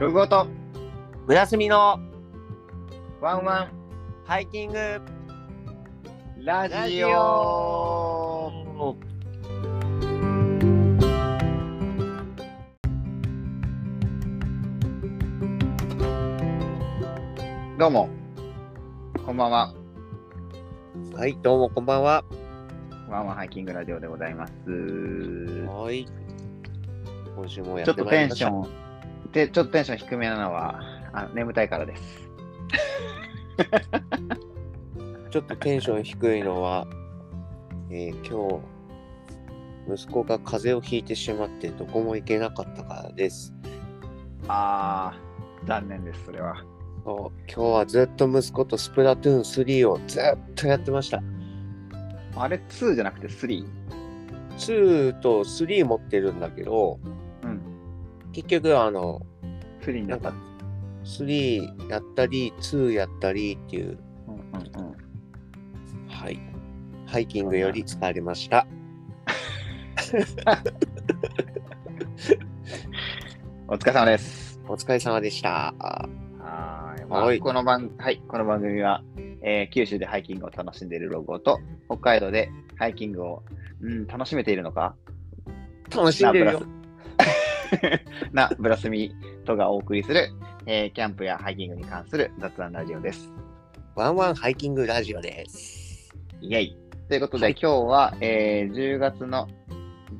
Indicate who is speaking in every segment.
Speaker 1: ロゴと
Speaker 2: 村住の
Speaker 1: ワンワン
Speaker 2: ハイキング
Speaker 1: ラ
Speaker 2: ラ
Speaker 1: ジ
Speaker 2: ジ
Speaker 1: オ
Speaker 2: オ
Speaker 1: どうもこんばんは
Speaker 2: はい、どうもこんばんは。
Speaker 1: ワンワンハイキングラジオでございます
Speaker 2: はい。今週もや
Speaker 1: ちょ
Speaker 2: っ
Speaker 1: ってと
Speaker 2: まい
Speaker 1: テ
Speaker 2: り
Speaker 1: ン
Speaker 2: まし
Speaker 1: シ
Speaker 2: た。
Speaker 1: ョンでちょっとテンション低めなのはあ眠たいからです
Speaker 2: ちょっとテンション低いのは、えー、今日、息子が風邪をひいてしまってどこも行けなかったからです。
Speaker 1: あー残念ですそれは
Speaker 2: そう今日はずっと息子とスプラトゥーン3をずっとやってました。
Speaker 1: あれ2じゃなくて3
Speaker 2: 2と3持ってるんだけど、
Speaker 1: うん
Speaker 2: 結局、あの、
Speaker 1: 3にな
Speaker 2: なん
Speaker 1: った
Speaker 2: か、3やったり、2やったりっていう、
Speaker 1: うんうんうん
Speaker 2: はい。ハイキングより疲れました。
Speaker 1: お疲れ様です
Speaker 2: お疲れ様でした。は
Speaker 1: はーい、まあ
Speaker 2: はい
Speaker 1: この番はい、この番組は、えー九州でハイキングを楽しんでいるロゴと、北海道でハイキングを、うん、楽しめているのか
Speaker 2: 楽しんでるよ。
Speaker 1: な、ブラスミとがお送りする、えーキャンプやハイキングに関する雑談ラジオです。
Speaker 2: ワンワンハイキングラジオです。
Speaker 1: イェイということで、
Speaker 2: はい
Speaker 1: 今日は、えー10月の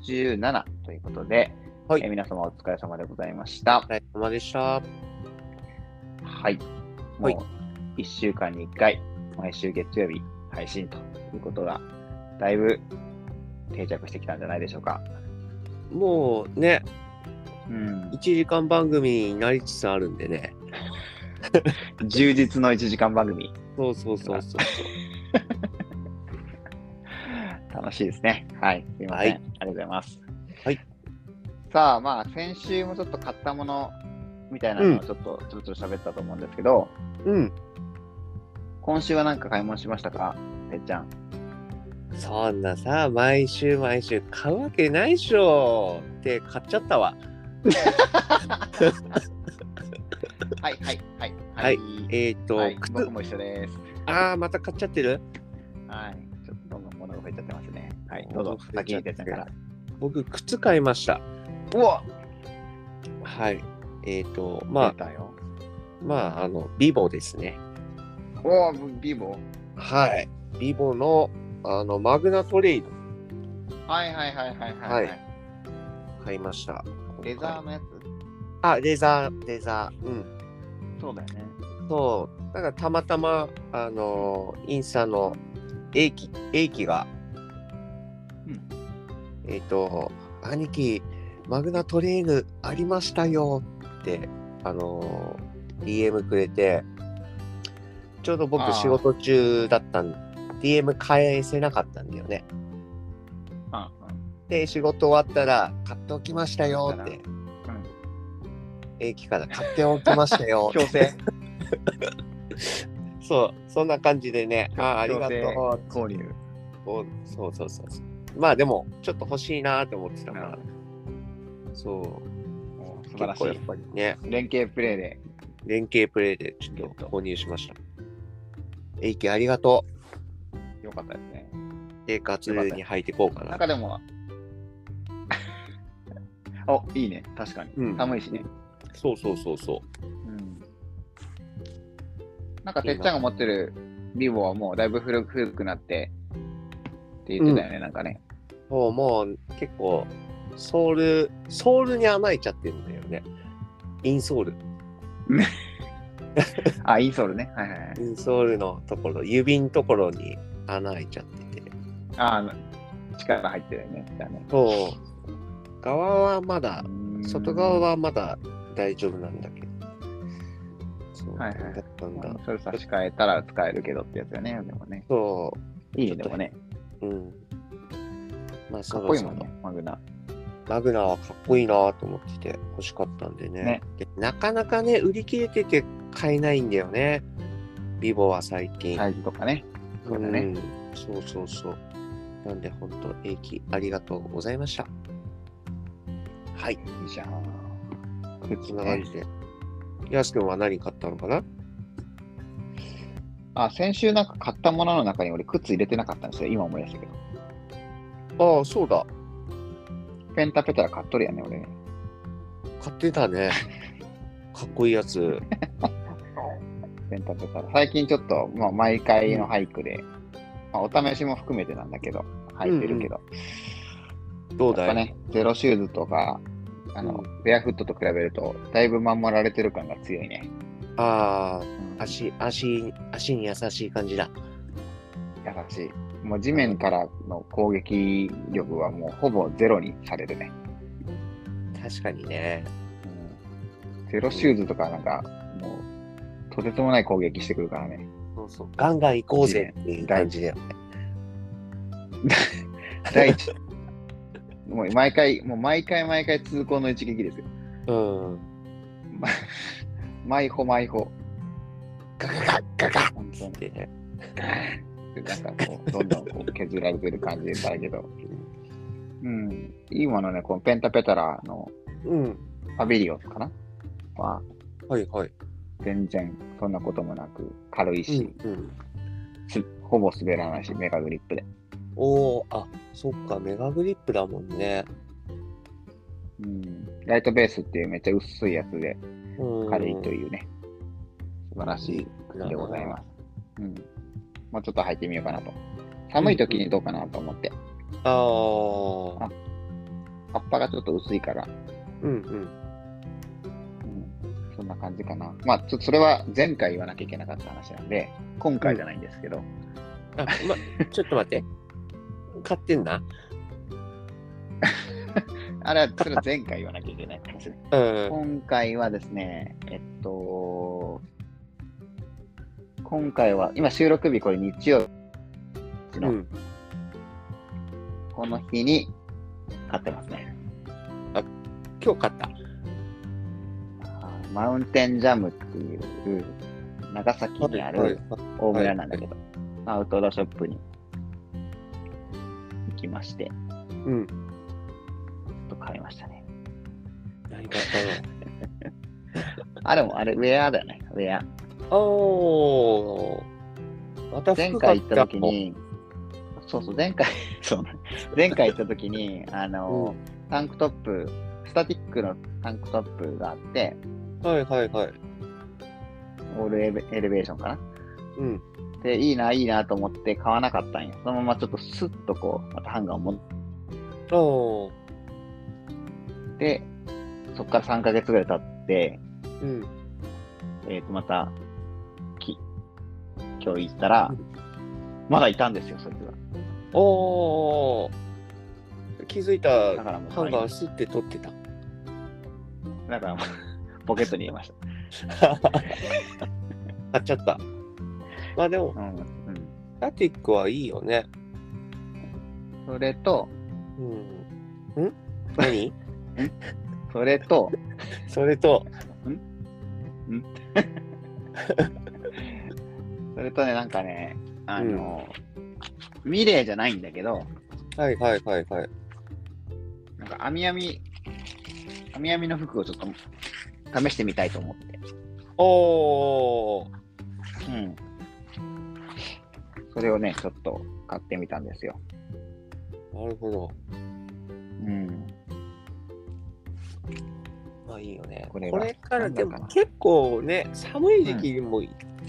Speaker 1: 17ということで、
Speaker 2: はい
Speaker 1: えー皆様お疲れ様でございまし
Speaker 2: お
Speaker 1: た。
Speaker 2: 疲れ様でした。
Speaker 1: はい。
Speaker 2: はい
Speaker 1: もう1週間に1回、毎週月曜日配信ということが、だいぶ定着してきたんじゃないでしょうか。
Speaker 2: もうね、
Speaker 1: うん
Speaker 2: 1、時間番組になりつつあるんでね。
Speaker 1: 充実の1時間番組、
Speaker 2: そうそうそうそう。
Speaker 1: 楽しいですね。はい。すいません。
Speaker 2: はい
Speaker 1: ありがとうございます。
Speaker 2: はい。
Speaker 1: さあ、まあ、先週もちょっと買ったものみたいなのをちょっと、ちょろちょろ喋ったと思うんですけど、
Speaker 2: うん。
Speaker 1: 今週は何か買い物しましたかてっちゃん。
Speaker 2: そんなさ、毎週毎週買うわけないっしょって買っちゃったわ。
Speaker 1: はい、はい、はい。
Speaker 2: はいえっ、と、
Speaker 1: はい
Speaker 2: 靴、
Speaker 1: 僕も一緒です。
Speaker 2: ああ、また買っちゃってる
Speaker 1: はい。ちょっとどんどん物が増えちゃってますね。はい。どうぞ、先に出ちゃから。
Speaker 2: 僕、靴買いました。
Speaker 1: うわ
Speaker 2: はい。えっ、と、
Speaker 1: 出
Speaker 2: まあ、
Speaker 1: たよ。
Speaker 2: まあ、あの、ビボですね。
Speaker 1: おー、ビボ
Speaker 2: はい。ビボの、あの、マグナトレイド
Speaker 1: はいはいはいはいはい。
Speaker 2: は買いました。
Speaker 1: レザーのやつ
Speaker 2: あ、レザー、レザー。うん。
Speaker 1: そうだよね。
Speaker 2: そう。なんかたまたま、あのーインスタの A 期、A 期が、
Speaker 1: うん
Speaker 2: えっ、と、兄貴、マグナトレイヌありましたよって、あのー DM くれて、ちょうど
Speaker 1: あー
Speaker 2: 僕仕事中だったん DM 返せなかったんだよね。
Speaker 1: あ、
Speaker 2: で、仕事終わったら、買っておきましたよっ
Speaker 1: 買
Speaker 2: て、
Speaker 1: うん。うん
Speaker 2: 英気から買っておきまし たよ
Speaker 1: 強制
Speaker 2: そう、そんな感じでね、あーありがとう
Speaker 1: 交 流。
Speaker 2: おそうそうそうそう。まあでも、ちょっと欲しいなと思ってたか
Speaker 1: な
Speaker 2: ら
Speaker 1: る、
Speaker 2: そう、
Speaker 1: お素晴ら
Speaker 2: 結
Speaker 1: しい
Speaker 2: 構やっ。ぱりね、
Speaker 1: 連携プレーで。
Speaker 2: 連携プレイでちょっと購入しました。英気ありがとう。
Speaker 1: よかったですね。
Speaker 2: で、ガツに履いていこうか
Speaker 1: なん
Speaker 2: な。
Speaker 1: かでも、 お、いいね。確かに。
Speaker 2: うん
Speaker 1: 寒いしね。
Speaker 2: そうそうそうそう。
Speaker 1: うん。なんか、てっちゃんが持ってるビボはもうだいぶ古く古くなってって言ってたよね、なんかね。
Speaker 2: そうもう結構、ソール、ソールに甘えちゃってるんだよね。インソール。
Speaker 1: あ、インソールね。はいはいはい。
Speaker 2: インソールのところ、指のところに穴開いちゃってて。
Speaker 1: ああの、力入ってるよね。だね
Speaker 2: そう。側はまだ、外側はまだ大丈夫なんだけど。そう。
Speaker 1: はいはい
Speaker 2: だったん
Speaker 1: う
Speaker 2: だ
Speaker 1: ん。それ差し替えたら使えるけどってやつよね。でもね。
Speaker 2: そ
Speaker 1: いいね、でもね。
Speaker 2: う。うん。まあ、
Speaker 1: か
Speaker 2: そ
Speaker 1: っこ
Speaker 2: ろ
Speaker 1: いい
Speaker 2: そろ
Speaker 1: もんね、マグナ。
Speaker 2: マグナはかっこいいなと思ってて欲しかったんでね
Speaker 1: ね
Speaker 2: でなかなかね、売り切れてて買えないんだよね。ビボは最近。
Speaker 1: サイズとかね。そうだね
Speaker 2: ん。そうそうそう。なんで、本当英気ありがとうございました。はい。
Speaker 1: いいじゃん。
Speaker 2: こんな感じで。やすくんは何買ったのかな
Speaker 1: あ、先週なんか買ったものの中に俺靴入れてなかったんですよ。今思い出したけど。
Speaker 2: ああ、そうだ。
Speaker 1: ペンタペタラ買っとるやんね、俺ね。
Speaker 2: 買ってた ね。かっこいいやつ。
Speaker 1: ペンタペタラ。最近ちょっと、まあ、毎回の俳句で、まあ、お試しも含めてなんだけど、履いてるけど。
Speaker 2: どう
Speaker 1: や
Speaker 2: だ
Speaker 1: っ
Speaker 2: い
Speaker 1: ぱね、ゼロシューズとか、あの、ベアフットと比べると、だいぶ守られてる感が強いね。
Speaker 2: あ
Speaker 1: うん
Speaker 2: あ、足、足、足に優しい感じだ。
Speaker 1: 優しい。もう地面からの攻撃力はもうほぼゼロにされるね。
Speaker 2: 確かにね。
Speaker 1: ゼロシューズとかなんか、もう、とてつもない攻撃してくるからね。
Speaker 2: そうそう。ガンガン行こうぜっていう感じだよね。
Speaker 1: 第一。 もう毎回、もう毎回毎回通行の一撃ですよ。
Speaker 2: うん。
Speaker 1: ま毎歩毎歩。
Speaker 2: ガガガガガ
Speaker 1: 本当
Speaker 2: っ
Speaker 1: に。
Speaker 2: てね。
Speaker 1: でなんかこう、どんどんこう削られてる感じだけど。うん。いいものね、このペンタペタラの
Speaker 2: うん。
Speaker 1: パビリオンかなは、
Speaker 2: はいはい。
Speaker 1: 全然そんなこともなく、軽いうし、
Speaker 2: ん、うん。
Speaker 1: すほぼ滑らないし、メガグリップで。
Speaker 2: おお、あ、そっか、メガグリップだもんね。
Speaker 1: うん。ライトベースっていうめっちゃ薄いやつで、
Speaker 2: うん。
Speaker 1: 軽いというね、素晴らしい靴でございます。うん。もうちょっと履いてみようかなと。寒い時にどうかなと思って、
Speaker 2: ああ。
Speaker 1: 葉っぱがちょっと薄いから、
Speaker 2: うんうん。
Speaker 1: うん、そんな感じかな。まあ、ちょっとそれは前回言わなきゃいけなかった話なんで、今回じゃないんですけど、
Speaker 2: あ、ま、ちょっと待って。買ってんな。
Speaker 1: あれは、それは前回言わなきゃいけない話 です。
Speaker 2: う
Speaker 1: 今
Speaker 2: ん。
Speaker 1: 回はですね、えっと、今回は、今収録日これ日曜日
Speaker 2: う
Speaker 1: の
Speaker 2: ん。
Speaker 1: この日に買ってますね。
Speaker 2: 今日買った。
Speaker 1: マウンテンジャムっていう長崎にあ
Speaker 2: はい
Speaker 1: る大村なんだけど、アウトドアショップに行きまして、ちょ
Speaker 2: うん。
Speaker 1: っと買いましたね。
Speaker 2: 何買った
Speaker 1: あれもあれ、ウェアだよね、ウェア。
Speaker 2: のおー。また
Speaker 1: 前
Speaker 2: 服
Speaker 1: 回
Speaker 2: 買っ
Speaker 1: 行ったた時。に、そうそう、前回、 そうなの前回行った時に、あの、タンクトップ、スタティックのタンクトップがあって、
Speaker 2: はいはいはい。
Speaker 1: オールエレエレベーションかな
Speaker 2: うん。
Speaker 1: で、いいな、いいなと思って買わなかったんよ。そのままちょっとスッとこう、またハンガーを持って
Speaker 2: おー。
Speaker 1: で、そこから3ヶ月ぐらい経って、
Speaker 2: うん。
Speaker 1: えー、とまたき、今日行ったら、まだいたんですよ、そいつが。
Speaker 2: おー。気づいた
Speaker 1: だからもう、
Speaker 2: ハンガーすって取ってた。
Speaker 1: だからもうポケットに入れまし
Speaker 2: 買っちゃった。まあでも、
Speaker 1: た。うんうん、
Speaker 2: ラティックはいいよね。
Speaker 1: それと、
Speaker 2: うん。ん何
Speaker 1: それと、
Speaker 2: それと、
Speaker 1: それとね、なんかね、あの、ミレーじゃないんだけど、
Speaker 2: はいはいはいはい。
Speaker 1: なんか、網網、網網の服をちょっと試してみたいと思って。
Speaker 2: お
Speaker 1: う
Speaker 2: ー。
Speaker 1: ん。それをね、ちょっと買ってみたんですよ。
Speaker 2: なるほど。
Speaker 1: うん。
Speaker 2: まあいいよね。
Speaker 1: こ
Speaker 2: こ
Speaker 1: れ
Speaker 2: れ
Speaker 1: は
Speaker 2: からで
Speaker 1: なんだ
Speaker 2: も
Speaker 1: か
Speaker 2: 結構ね、寒い時期も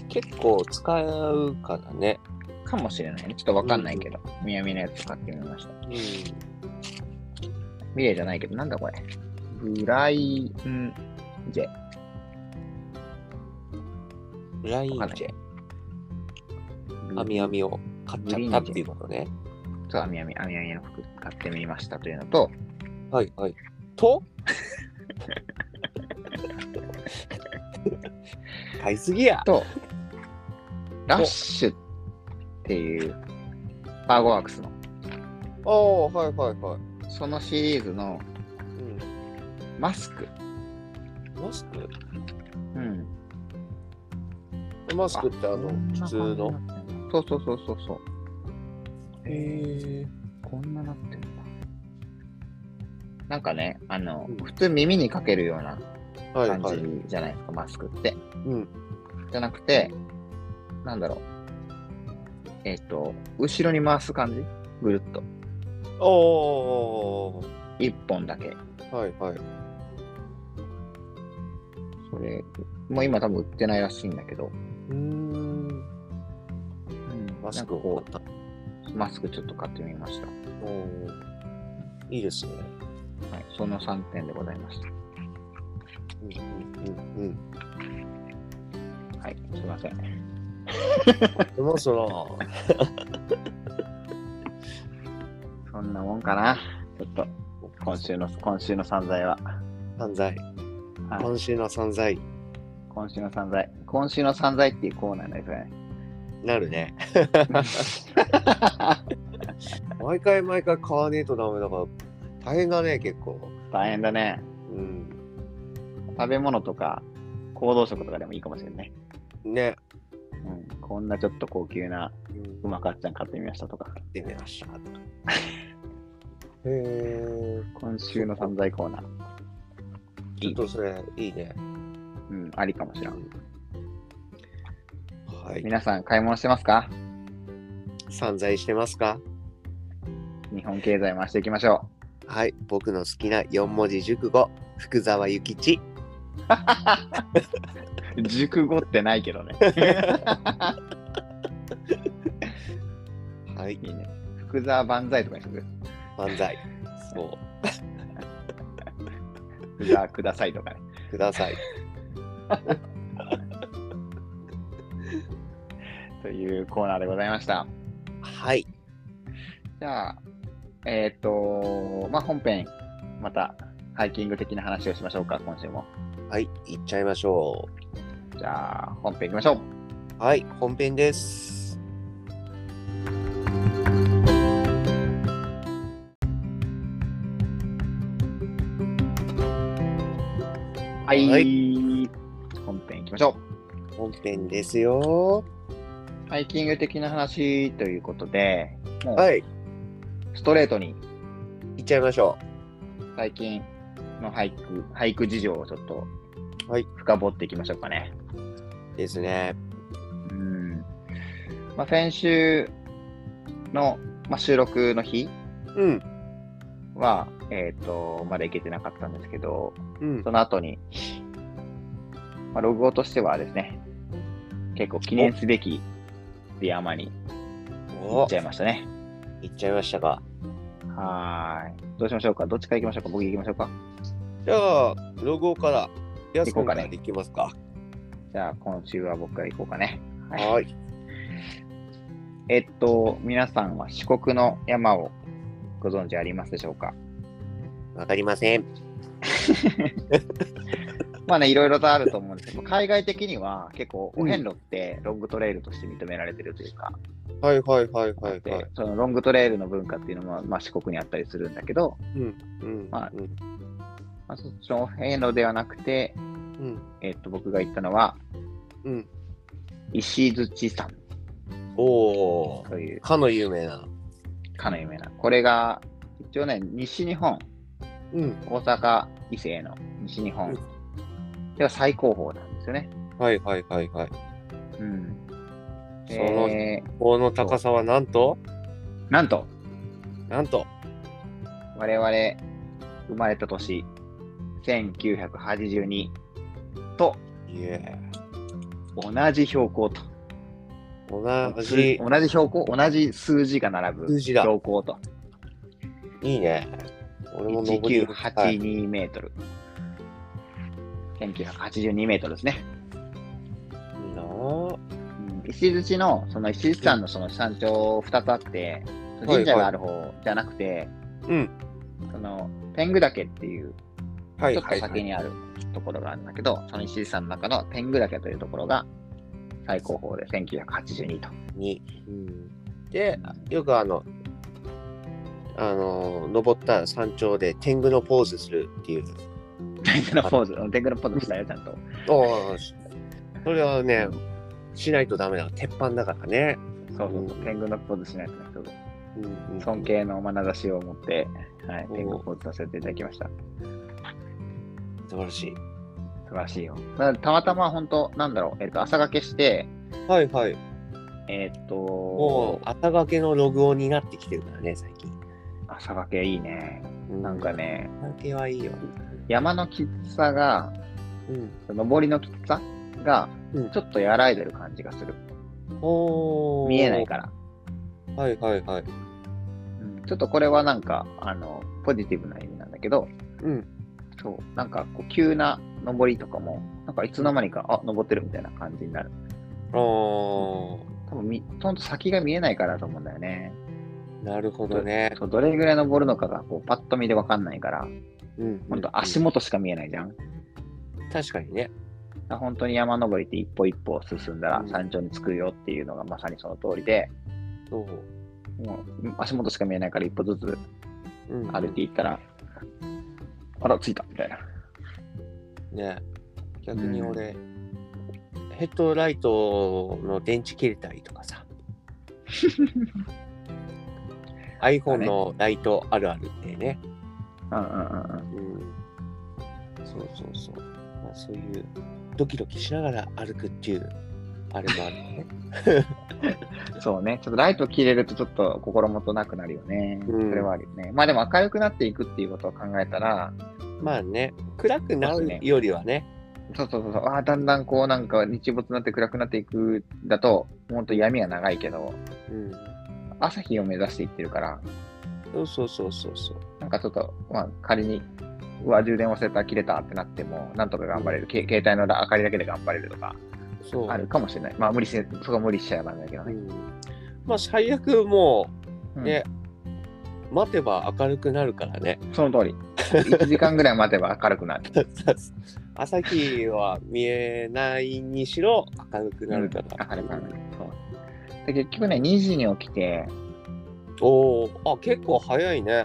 Speaker 2: 結構使うからね。
Speaker 1: かもしれないね。ちょっとわかんないけど、みやみのやつ買ってみました。
Speaker 2: う
Speaker 1: ミレーじゃないけど、なんだこれ。ブラインジェ。
Speaker 2: ん。ライン
Speaker 1: わかん
Speaker 2: ジェ、
Speaker 1: あみ
Speaker 2: 網網を買っちゃったっていうことね。
Speaker 1: と、あみあみ、あみあみの服買ってみましたというのと、
Speaker 2: はいはい。と買いすぎや。
Speaker 1: と、ラッシュっていう、パーゴワークスの、
Speaker 2: おおはいはいはい。
Speaker 1: そのシリーズの
Speaker 2: う
Speaker 1: マスク。
Speaker 2: ん、マスク
Speaker 1: うん。
Speaker 2: マスクってあの普通の。
Speaker 1: そうそうそうそうそう。
Speaker 2: へえ。
Speaker 1: こんななってんだ。なんかね、あの、
Speaker 2: うん
Speaker 1: 普通耳にかけるような
Speaker 2: はい
Speaker 1: 感
Speaker 2: はい。
Speaker 1: じじゃないですか、マスクって。
Speaker 2: うん。
Speaker 1: じゃなくて、なんだろう。えっ、と、後ろに回す感じぐるっと。
Speaker 2: おー。
Speaker 1: 一本だけ。
Speaker 2: はいはい。
Speaker 1: それ、もう今多分売ってないらしいんだけど。
Speaker 2: うーん。マスク
Speaker 1: なんか
Speaker 2: を
Speaker 1: こ
Speaker 2: 買った。
Speaker 1: うマスクちょっと買ってみました。
Speaker 2: おーいいですね。
Speaker 1: はい。その3点でございました。
Speaker 2: うんうんうんうん。
Speaker 1: はい。すいません。
Speaker 2: でもその、
Speaker 1: そんなもんかな。ちょっと、今週の、今週の散財は。
Speaker 2: 散
Speaker 1: は
Speaker 2: 財。
Speaker 1: い
Speaker 2: 今週の散財。
Speaker 1: 今週の散財。今週の散財っていうコーナーですね。
Speaker 2: なるね。 毎回毎回買わねえとダメだから、大変だね、結構。
Speaker 1: 大変だね。
Speaker 2: うん。
Speaker 1: 食べ物とか、行動食とかでもいいかもしれないね。
Speaker 2: ね。
Speaker 1: うん。こんなちょっと高級な
Speaker 2: うん
Speaker 1: うまかっちゃん買ってみましたとか。
Speaker 2: ってみました。へえ。
Speaker 1: 今週の散財コーナー。
Speaker 2: ちょっとそれ、いいね。
Speaker 1: うん、ありかもしれん。
Speaker 2: はい。
Speaker 1: 皆さん、買い物してますか
Speaker 2: 散財してますか
Speaker 1: 日本経済回していきましょ
Speaker 2: はい。僕の好きな四文字熟語、福沢諭吉。
Speaker 1: う。熟語ってないけど ね。
Speaker 2: はい。
Speaker 1: いいね。福沢万歳とかにしとく。
Speaker 2: 漫才。そう。
Speaker 1: 福沢くださいとかね。
Speaker 2: ください。
Speaker 1: というコーナーでございました。
Speaker 2: はい。
Speaker 1: じゃあ、えっ、と、まあ、本編、また、ハイキング的な話をしましょうか、今週も。
Speaker 2: はい。いっちゃいましょ
Speaker 1: じゃあ、本編行きましょう。
Speaker 2: う。はい。本編です。
Speaker 1: はい。
Speaker 2: はい
Speaker 1: 本編行きましょ
Speaker 2: 本編ですよ。
Speaker 1: う。ハイキング的な話ということで、もう、
Speaker 2: はい。
Speaker 1: ストレートに、
Speaker 2: いっちゃいましょ
Speaker 1: 最近の俳句、俳句事情をちょっと、
Speaker 2: はい
Speaker 1: 深掘っていきましょうかね。
Speaker 2: う。ですね。
Speaker 1: うん。まあ、先週の、まあ、収録の日
Speaker 2: うん。
Speaker 1: は、えっ、と、まだ行けてなかったんですけど、
Speaker 2: うん。
Speaker 1: その後に、まあ、ログオとしてはですね、結構記念すべきディアマに行
Speaker 2: お
Speaker 1: っちゃいましたね。
Speaker 2: いっちゃいましたか。
Speaker 1: はーい。どうしましょうかどっちから行きましょうか僕行きましょうか
Speaker 2: じゃあ、ロゴから、やす
Speaker 1: 行こ
Speaker 2: こ
Speaker 1: うかね
Speaker 2: からできますか。
Speaker 1: じゃあ、今週は僕から行こうかね。はい
Speaker 2: はい。
Speaker 1: えっと、皆さんは四国の山をご存知ありますでしょうか
Speaker 2: わかりません。
Speaker 1: まあね、いろいろとあると思うんですけど、海外的には結構お遍路ってロングトレイルとして認められてるというか、
Speaker 2: はいはいはいはい
Speaker 1: で
Speaker 2: はい。
Speaker 1: そのロングトレイルの文化っていうのも、まあ、四国にあったりするんだけど、
Speaker 2: うん。
Speaker 1: まあ
Speaker 2: うん。
Speaker 1: まあ、そっちの遍路ではなくて、
Speaker 2: うん。
Speaker 1: えっと、僕が行ったのは、
Speaker 2: うん。
Speaker 1: 石槌山
Speaker 2: おー。
Speaker 1: という、
Speaker 2: かの有名な。
Speaker 1: かの有名な。これが、一応ね、西日本、
Speaker 2: うん。
Speaker 1: 大阪、伊勢の西日
Speaker 2: う
Speaker 1: 本では最高峰なんですよね。
Speaker 2: はいはいはいはい。
Speaker 1: うん。
Speaker 2: その
Speaker 1: えー
Speaker 2: 棒の高さはなんと、
Speaker 1: なんと、
Speaker 2: なんと、
Speaker 1: 我々、生まれた年、1982と
Speaker 2: いえ、
Speaker 1: 同じ標高と。
Speaker 2: 同じ
Speaker 1: 同じ標高同じ数字が並ぶ
Speaker 2: 数字だ
Speaker 1: 標高と。
Speaker 2: いいね。俺も登りはい
Speaker 1: 1982メートル。1982メートルですね。
Speaker 2: いいなぁ
Speaker 1: うん石槌の、その石槌山のその山頂2つあって、神社がある方じゃなくて、
Speaker 2: うん。
Speaker 1: その天狗岳っていう、
Speaker 2: は
Speaker 1: ち
Speaker 2: い
Speaker 1: ょっと
Speaker 2: はいは
Speaker 1: 先
Speaker 2: い。
Speaker 1: にあるところがあるんだけど、その石槌山の中の天狗岳というところが最高峰で1982と。
Speaker 2: に、うん、で、よくあの、あの、登った山頂で天狗のポーズするっていう。
Speaker 1: 天狗のポーズ、天狗のポーズしたよ、ちゃんと。
Speaker 2: おーそれはね、しないとダメだ。鉄板だからね。
Speaker 1: そうそうそう、天狗のポーズしないとね、ちょっと
Speaker 2: うんうん
Speaker 1: 尊。敬の眼差しを持って、はい、
Speaker 2: おー
Speaker 1: 天狗ポーズさせていただきました。
Speaker 2: 素晴らしい。
Speaker 1: らしいよ。だからたまたま本当、なんだろう、えっ、と、朝掛けして、
Speaker 2: はいはい。
Speaker 1: えっ、と
Speaker 2: もう、、朝掛けのログオンになってきてるからね、最近。
Speaker 1: 朝掛けいいね。なんか。ね、
Speaker 2: 朝掛けはいいよ。
Speaker 1: 山のきつさが、
Speaker 2: うん。
Speaker 1: 登りのきつさが
Speaker 2: うん、
Speaker 1: ちょっと和らいでる感じがする。
Speaker 2: おー
Speaker 1: 見えないから、
Speaker 2: はいはいはい。
Speaker 1: うん。ちょっとこれはなんか、あの、ポジティブな意味なんだけど、
Speaker 2: うん。
Speaker 1: そう、なんかこう急な登りとかも、なんかいつの間にか、あ、登ってるみたいな感じになる。
Speaker 2: あー、
Speaker 1: 多分み、ほんと先が見えないからだと思うんだよね。
Speaker 2: なるほどね。
Speaker 1: そうどれぐらい登るのかが、こう、パッと見でわかんないから、
Speaker 2: うん
Speaker 1: ほんと足元しか見えないじゃん。だか
Speaker 2: 確かにね。
Speaker 1: ら本当に山登りって一歩一歩進んだら
Speaker 2: うん
Speaker 1: 山頂に着くよっていうのがまさにその通りで、
Speaker 2: そう。
Speaker 1: もう足元しか見えないから一歩ずつ
Speaker 2: うん
Speaker 1: 歩いていったら、あら、着いたみたいな。
Speaker 2: ね逆に俺、ヘッドライトの電池切れたりと かさ iPhone のライトあるあるってね、
Speaker 1: うんうんうんうん。
Speaker 2: うん、そうそうそう、まあ、そういうドキドキしながら歩くっていうあれもあるよ ね
Speaker 1: そうね、ちょっとライト切れるとちょっと心もとなくなるよね。
Speaker 2: うん
Speaker 1: それはあるよね。まあでも明るくなっていくっていうことを考えたら、
Speaker 2: まあね暗くなるよりはね
Speaker 1: そうそうそうそう、ああ、だんだんこうなんか日没になって暗くなっていくだと、ほんと闇は長いけど、
Speaker 2: うん、
Speaker 1: 朝日を目指していってるから、
Speaker 2: そうそうそうそうそう
Speaker 1: なんかちょっと、まあ仮に、うわ、充電忘れた、切れたってなっても、なんとか頑張れる。け携帯の明かりだけで頑張れるとか、
Speaker 2: そう
Speaker 1: あるかもしれない。まあ無理して、そこは無理しちゃえばなんだけど
Speaker 2: う
Speaker 1: ね。
Speaker 2: ん、まあ最悪も
Speaker 1: う
Speaker 2: うんね、待てば明るくなるからね
Speaker 1: その通り。1時間ぐらい待てば明るくなる。
Speaker 2: 朝日は見えないにしろ明るくなるから。
Speaker 1: 明るくなる。そう。で、結局ね、2時に起きて、
Speaker 2: おお、あ、結構早いね。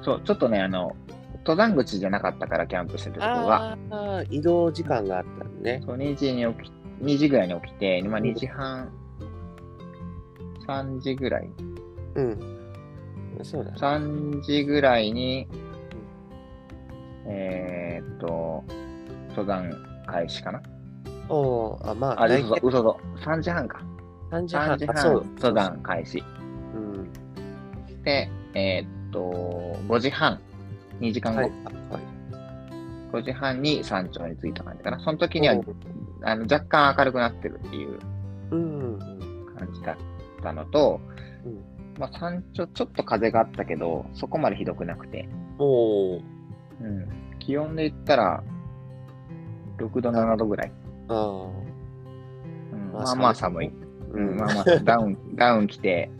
Speaker 1: そう、ちょっとね、あの、登山口じゃなかったから、キャンプしてたところが。
Speaker 2: ああ、移動時間があったのね。
Speaker 1: そう、2時に起き、2時ぐらいに起きて、まあ2時半、3時ぐらい
Speaker 2: うん。そうだね。
Speaker 1: ?3 時ぐらいに、えーっと、登山開始かな
Speaker 2: おお、あ、まあ、
Speaker 1: あ、
Speaker 2: 大
Speaker 1: 嘘だ
Speaker 2: 体、
Speaker 1: 嘘だ。3時半か。
Speaker 2: 3時半
Speaker 1: 3時
Speaker 2: あそう
Speaker 1: 半、登山開始。
Speaker 2: うん。
Speaker 1: で、えーっと、5時半、2時間後、
Speaker 2: はい。はい。
Speaker 1: 5時半に山頂に着いた感じかな。その時には、あの若干明るくなってるっていう
Speaker 2: うん。
Speaker 1: 感じだったのと、まあ、山頂ちょっと風があったけど、そこまでひどくなくて、
Speaker 2: おお、
Speaker 1: うん、気温で言ったら、6度、7度ぐらい。
Speaker 2: あ
Speaker 1: うん、
Speaker 2: あ。
Speaker 1: まあまあ寒い。。う、
Speaker 2: うんん。
Speaker 1: ま
Speaker 2: あ
Speaker 1: あま あ、ダウン、ダウン着て、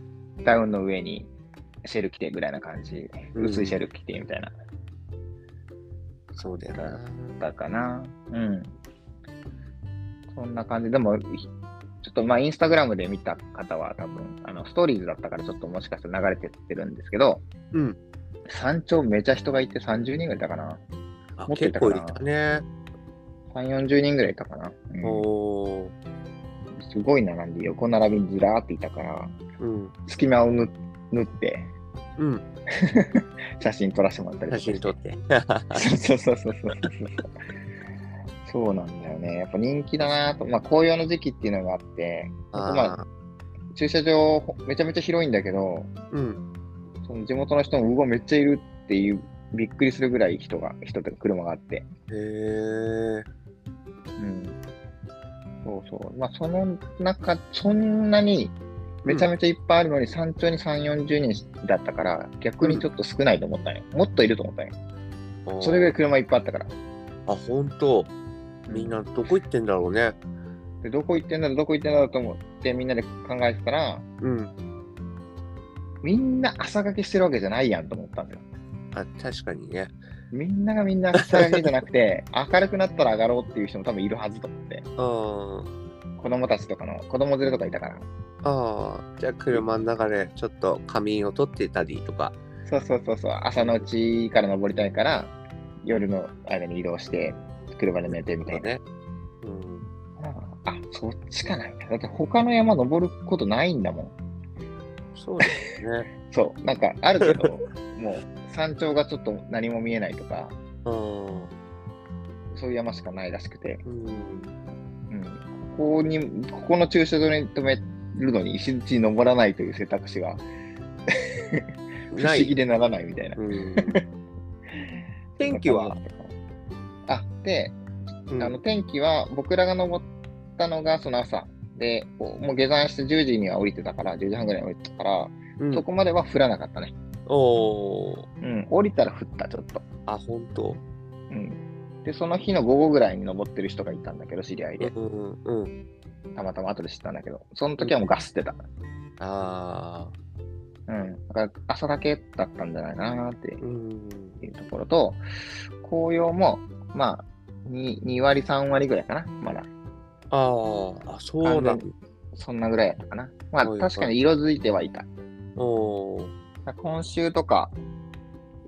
Speaker 1: ダウンの上にシェル着てぐらいな感じ。
Speaker 2: うん
Speaker 1: 薄いシェル着てみたいな。
Speaker 2: そうだよな。
Speaker 1: だかな。うん。そんな感じ。でも、ひちょっとまあ、インスタグラムで見た方は多分、あの、ストーリーズだったからちょっともしかしたら流れてってるんですけど、
Speaker 2: うん。
Speaker 1: 山頂めちゃ人がいて30人ぐらいいたかな。
Speaker 2: あ
Speaker 1: 持って
Speaker 2: 結
Speaker 1: たか
Speaker 2: 構
Speaker 1: ら
Speaker 2: いたね。
Speaker 1: 3、40人ぐらいいたかな。うん
Speaker 2: おお。
Speaker 1: すごい並んで、横並びにずらーっていたから、
Speaker 2: うん。
Speaker 1: 隙間をぬ縫って、
Speaker 2: うん。
Speaker 1: 写真撮らせてもらったり
Speaker 2: 写
Speaker 1: して
Speaker 2: 真撮って。
Speaker 1: そうそうそうそうそうそう。そうなんだよね。やっぱ人気だなと。まあ、紅葉の時期っていうのがあって、ま
Speaker 2: あ
Speaker 1: あ、駐車場ほめちゃめちゃ広いんだけど、
Speaker 2: ー。うん。
Speaker 1: その地元の人も、うわ、めっちゃいるっていう、びっくりするぐらい人が、人とか車があって。
Speaker 2: へえ。
Speaker 1: うん。そうそう。まあ、その中、そんなに、めちゃめちゃいっぱいあるのに、山頂に3、40人だったから、逆にちょっと少ないと思ったね。もっといると思ったね。それぐらい車いっぱいあったから。
Speaker 2: あ、本当。みんなどこ行ってんだろうね。
Speaker 1: で、どこ行ってんだろう、どこ行ってんだろうと思ってみんなで考えてたら、
Speaker 2: うん。
Speaker 1: みんな朝掛けしてるわけじゃないやんと思ったんだよ。
Speaker 2: あ、確かにね。
Speaker 1: みんながみんな朝掛けじゃなくて、明るくなったら上がろうっていう人も多分いるはずと思って、
Speaker 2: うん。
Speaker 1: 子供たちとかの、子供連れとかいたから。
Speaker 2: ああ、じゃあ車の中でちょっと仮眠を取ってたりとか。
Speaker 1: そうそうそうそう、朝のうちから登りたいから、夜の間に移動して、車で寝てみたいな。
Speaker 2: ね。うん。
Speaker 1: あ、そっちかな。だって他の山登ることないんだもん。
Speaker 2: そうですね。
Speaker 1: そう、なんかあるけど、もう山頂がちょっと何も見えないとか、
Speaker 2: うん。
Speaker 1: そういう山しかないらしくて、
Speaker 2: うん。
Speaker 1: うん、ここに、ここの駐車場に止めるのに石槌に登らないという選択肢が不
Speaker 2: な
Speaker 1: 思議
Speaker 2: い。
Speaker 1: でならないみたいな。
Speaker 2: うん、天気は、
Speaker 1: あ、で、
Speaker 2: うん
Speaker 1: あの天気は僕らが登ったのがその朝で、こうもう下山して10時には降りてたから、10時半ぐらいに降りてたから、
Speaker 2: うん
Speaker 1: そこまでは降らなかったね。
Speaker 2: おー
Speaker 1: うん、降りたら降った、ちょっと。
Speaker 2: あ、本当。
Speaker 1: うん。で、その日の午後ぐらいに登ってる人がいたんだけど、知り合いで、
Speaker 2: うんうんうん。
Speaker 1: たまたま後で知ったんだけど、その時はもうガスってた。
Speaker 2: ああ。
Speaker 1: うん。だから朝だけだったんじゃないかなって
Speaker 2: うん。
Speaker 1: いうところと、紅葉も、まあ、2, 2割、3割ぐらいかな、まだ。
Speaker 2: あーあ、そうなんだ。
Speaker 1: そんなぐらいやったかな。まあ、
Speaker 2: はい
Speaker 1: 確かに色づいてはいた。
Speaker 2: おー
Speaker 1: 今週とか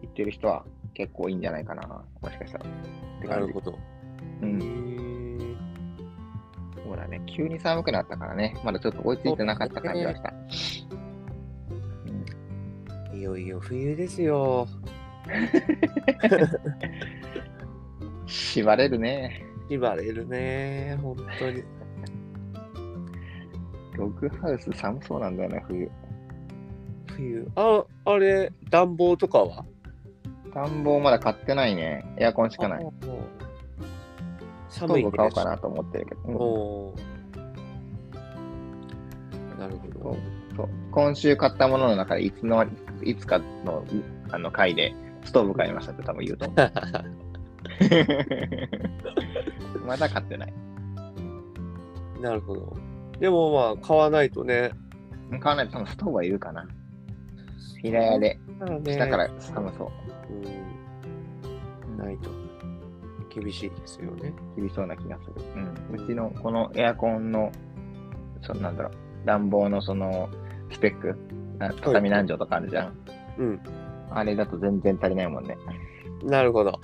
Speaker 1: 行ってる人は結構いいんじゃないかな、もしかしたら。って
Speaker 2: な
Speaker 1: 感
Speaker 2: る
Speaker 1: じ
Speaker 2: ほ。ど。
Speaker 1: うん。
Speaker 2: へ
Speaker 1: そうだね、急に寒くなったからね、まだちょっと追いついてなかった感じがした。
Speaker 2: ーいよいよ冬ですよ。
Speaker 1: 縛れるね。
Speaker 2: 縛れるね、本当に。
Speaker 1: ログハウス寒そうなんだよね、冬。
Speaker 2: 冬。あ、あれ、暖房とかは
Speaker 1: 暖房まだ買ってないね。エアコンしかない。。
Speaker 2: あー
Speaker 1: ス
Speaker 2: 寒
Speaker 1: ト
Speaker 2: い
Speaker 1: ー
Speaker 2: ね
Speaker 1: ブ買おうかなと思ってるけど。うん
Speaker 2: おーなるほ
Speaker 1: そ
Speaker 2: ど
Speaker 1: う。そう今週買ったものの中でいつの、いつかのあの回でストーブ買いましたって多分言うと思う。まだ買ってない。
Speaker 2: なるほど。でもまあ、買わないとね。
Speaker 1: 買わないと多分ストーブはいるかな。平屋で、
Speaker 2: だからね。
Speaker 1: 下から寒そう。
Speaker 2: うん。ないと。厳しいですよね。
Speaker 1: 厳しそうな気がする。うん、うちのこのエアコンの、そなんだろう、暖房のそのスペック、あ畳何畳とかあるじゃん。
Speaker 2: うん。
Speaker 1: あれだと全然足りないもんね。
Speaker 2: なるほど。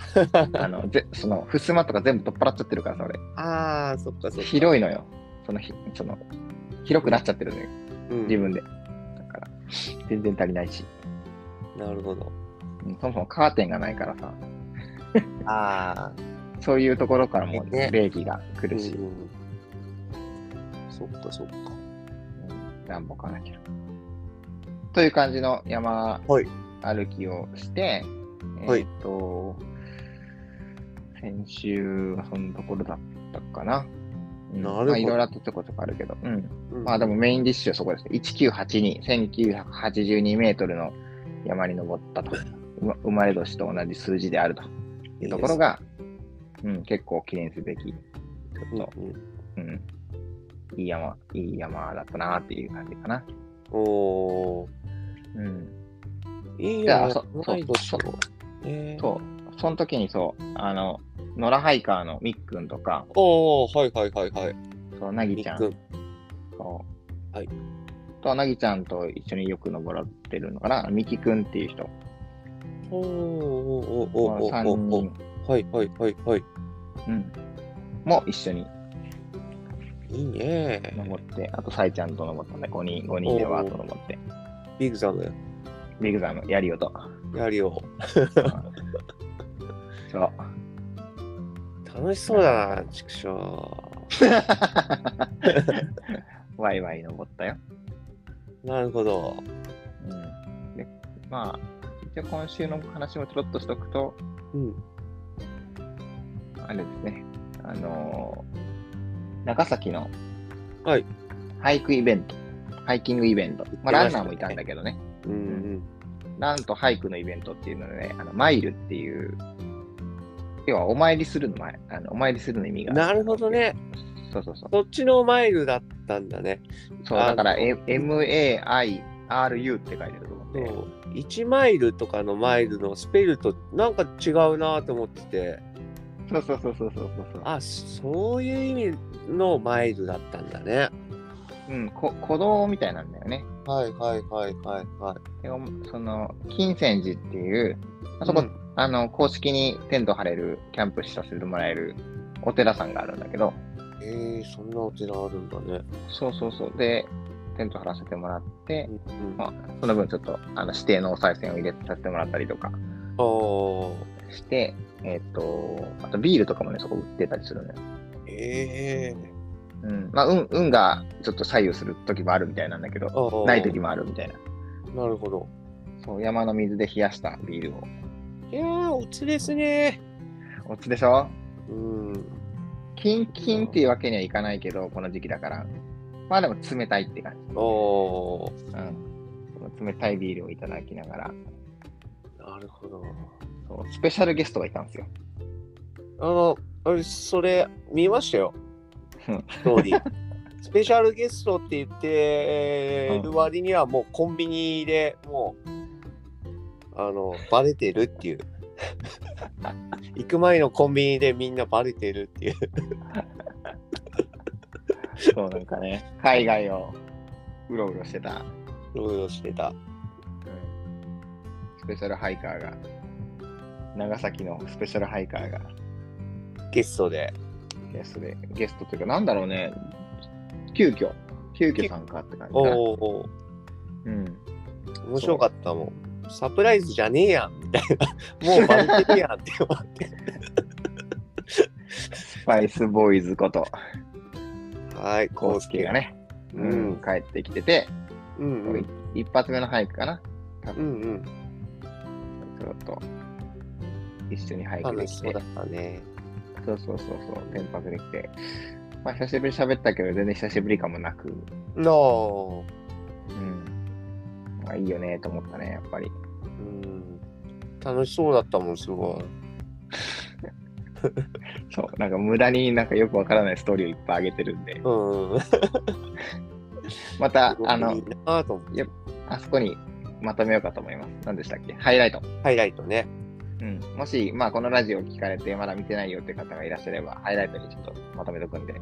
Speaker 1: あの、ぜその、襖とか全部取っ払っちゃってるからさ、
Speaker 2: ああ、そっかそっ
Speaker 1: 俺。
Speaker 2: か。
Speaker 1: 広いのよ。そのひ、その、広くなっちゃってるのよ、
Speaker 2: うん
Speaker 1: 自分で。だから、全然足りないし。
Speaker 2: なるほど。
Speaker 1: うんそもそもカーテンがないからさ、
Speaker 2: ああ、
Speaker 1: そういうところからも
Speaker 2: ね
Speaker 1: 冷気が来
Speaker 2: う
Speaker 1: るし、
Speaker 2: ん。そっかそっか。
Speaker 1: 暖房買わなきゃ。という感じの山
Speaker 2: はい
Speaker 1: 歩きをして、
Speaker 2: はい
Speaker 1: えーっと、先週はそのところだったかな。うん
Speaker 2: なるほど
Speaker 1: まあいろいろあったってことがあるけど、うん。
Speaker 2: うん
Speaker 1: まあでもメインディッシュはそこですね。1982、1982メートルの山に登ったと。うま生まれ年と同じ数字であるというところが、うん、結構記念すべき、ちょっと、
Speaker 2: うんうん
Speaker 1: うん、いい山、いい山だったなっていう感じかな。
Speaker 2: おー
Speaker 1: うん。
Speaker 2: いい
Speaker 1: じゃ
Speaker 2: や
Speaker 1: あ、そ
Speaker 2: 同い年
Speaker 1: そ
Speaker 2: のえー
Speaker 1: そう、その時にそう、あの、野良ハイカーのみっくんとか、
Speaker 2: おーはいはいはいはい。
Speaker 1: そう、なぎちゃん
Speaker 2: みっくん
Speaker 1: そう
Speaker 2: はい
Speaker 1: と、なぎちゃんと一緒によく登ってるのかな、みきくんっていう人、
Speaker 2: おーおー
Speaker 1: この
Speaker 2: おーおーお
Speaker 1: 3
Speaker 2: ーお
Speaker 1: 人
Speaker 2: ーはいはいはいはい。
Speaker 1: うんも一緒に
Speaker 2: いいね
Speaker 1: 登って、あと、さいちゃんと登ったんで、5人、5人でわーっと登って、
Speaker 2: ビッグザム、
Speaker 1: ビグザム、やりよと。
Speaker 2: やるよ。
Speaker 1: そう。
Speaker 2: 楽しそうだな、畜生。
Speaker 1: ワイワイ登ったよ。
Speaker 2: なるほど。
Speaker 1: うん。で、まあ、一応今週の話もちょろっとしとくと、
Speaker 2: うん。
Speaker 1: あれですね、あのー長崎の、
Speaker 2: はい
Speaker 1: ハイクイベント、ハイキングイベント、まあ、
Speaker 2: 行
Speaker 1: ラ
Speaker 2: ってま
Speaker 1: ンナ
Speaker 2: したね
Speaker 1: ーもいたんだけどね、
Speaker 2: うんうん。
Speaker 1: ランとハイクのイベントっていうので、ね、あのマイルっていう、要はお参りするの前、あのお参りするの意味があ
Speaker 2: なるほどね。
Speaker 1: そうそうそう。
Speaker 2: そっちのマイルだったんだね。
Speaker 1: そう
Speaker 2: あの
Speaker 1: だから、え MAIRU って書いてあると思
Speaker 2: そ
Speaker 1: うんで、
Speaker 2: う1マイルとかのマイルのスペルとなんか違うなと思ってて
Speaker 1: そうそうそうそうそうそう
Speaker 2: あそういう意味のマイルだったんだね
Speaker 1: うん、こ鼓動みたいなんだよね。
Speaker 2: はいはいはいはいは
Speaker 1: でおその金泉寺っていう、あそこ、
Speaker 2: うん
Speaker 1: あの公式にテント張れる、キャンプしさせてもらえるお寺さんがあるんだけど、
Speaker 2: いえー、そんなお寺あるんだね
Speaker 1: そうそうそう、で、テント張らせてもらって、
Speaker 2: うん、うん、
Speaker 1: ま
Speaker 2: あ
Speaker 1: あ、その分ちょっとあの指定のお賽銭を入れさせてもらったりとか、
Speaker 2: ー
Speaker 1: して、えっ、と、あとビールとかもね、そこ売ってたりするのよ。
Speaker 2: ええ
Speaker 1: うん。まあ、運、運がちょっと左右する時もあるみたいなんだけど、
Speaker 2: ー。
Speaker 1: ない時もあるみたいな。
Speaker 2: なるほど。
Speaker 1: そう、山の水で冷やしたビールを。
Speaker 2: いやー、おつですね。
Speaker 1: おつでしょ
Speaker 2: うん。
Speaker 1: キンキンっていうわけにはいかないけど、この時期だから。まあでも冷たいって感じ。
Speaker 2: お
Speaker 1: う
Speaker 2: ー、
Speaker 1: ん。その冷たいビールをいただきながら、
Speaker 2: なるほど。
Speaker 1: そうスペシャルゲストがいたんですよ。
Speaker 2: あの、あれそれ、見ましたよ
Speaker 1: うん。
Speaker 2: ストーリー。スペシャルゲストって言ってる割には、もうコンビニでもう、あの、バレてるっていう。 行く前のコンビニでみんなバレてるっていう。
Speaker 1: そうなんかね、海外をうろうろしてた、
Speaker 2: ロードしてた。
Speaker 1: スペシャルハイカーが、長崎のスペシャルハイカーが
Speaker 2: ゲストで。
Speaker 1: ゲストで、ゲストというか、なんだろうね、急遽、急遽参加って感じだ。
Speaker 2: おおー、
Speaker 1: うん。
Speaker 2: 面白かったもん。サプライズじゃねえやんみたいな。もうバレてるやんって思って。
Speaker 1: スパイスボーイズこと、
Speaker 2: はい、
Speaker 1: コウスケが。ね、
Speaker 2: う
Speaker 1: うんん、。帰ってきてて、
Speaker 2: うんうん。
Speaker 1: 一発目の俳句かな、
Speaker 2: うんうん。
Speaker 1: ちょっと、一緒に俳句
Speaker 2: 楽
Speaker 1: で
Speaker 2: し
Speaker 1: き
Speaker 2: そ
Speaker 1: て
Speaker 2: うだ、ったね。
Speaker 1: そうそうそうそう、天白できて、まあ、久しぶりに喋ったけど、全然久しぶり感もなく、
Speaker 2: の、
Speaker 1: うん、まあいいよねと思ったね、やっぱり。
Speaker 2: うん、楽しそうだったもん、すごい。
Speaker 1: そう、なんか無駄になんかよくわからないストーリーをいっぱい上げてるんで、
Speaker 2: うん。
Speaker 1: また、あの
Speaker 2: いい、なぁと思って
Speaker 1: あそこにまとめようかと思います。何でしたっけハイライト。
Speaker 2: ハイライトね。
Speaker 1: うん、もし、まあ、このラジオを聞かれて、まだ見てないよって方がいらっしゃれば、ハイライトにちょっとまとめとくんで、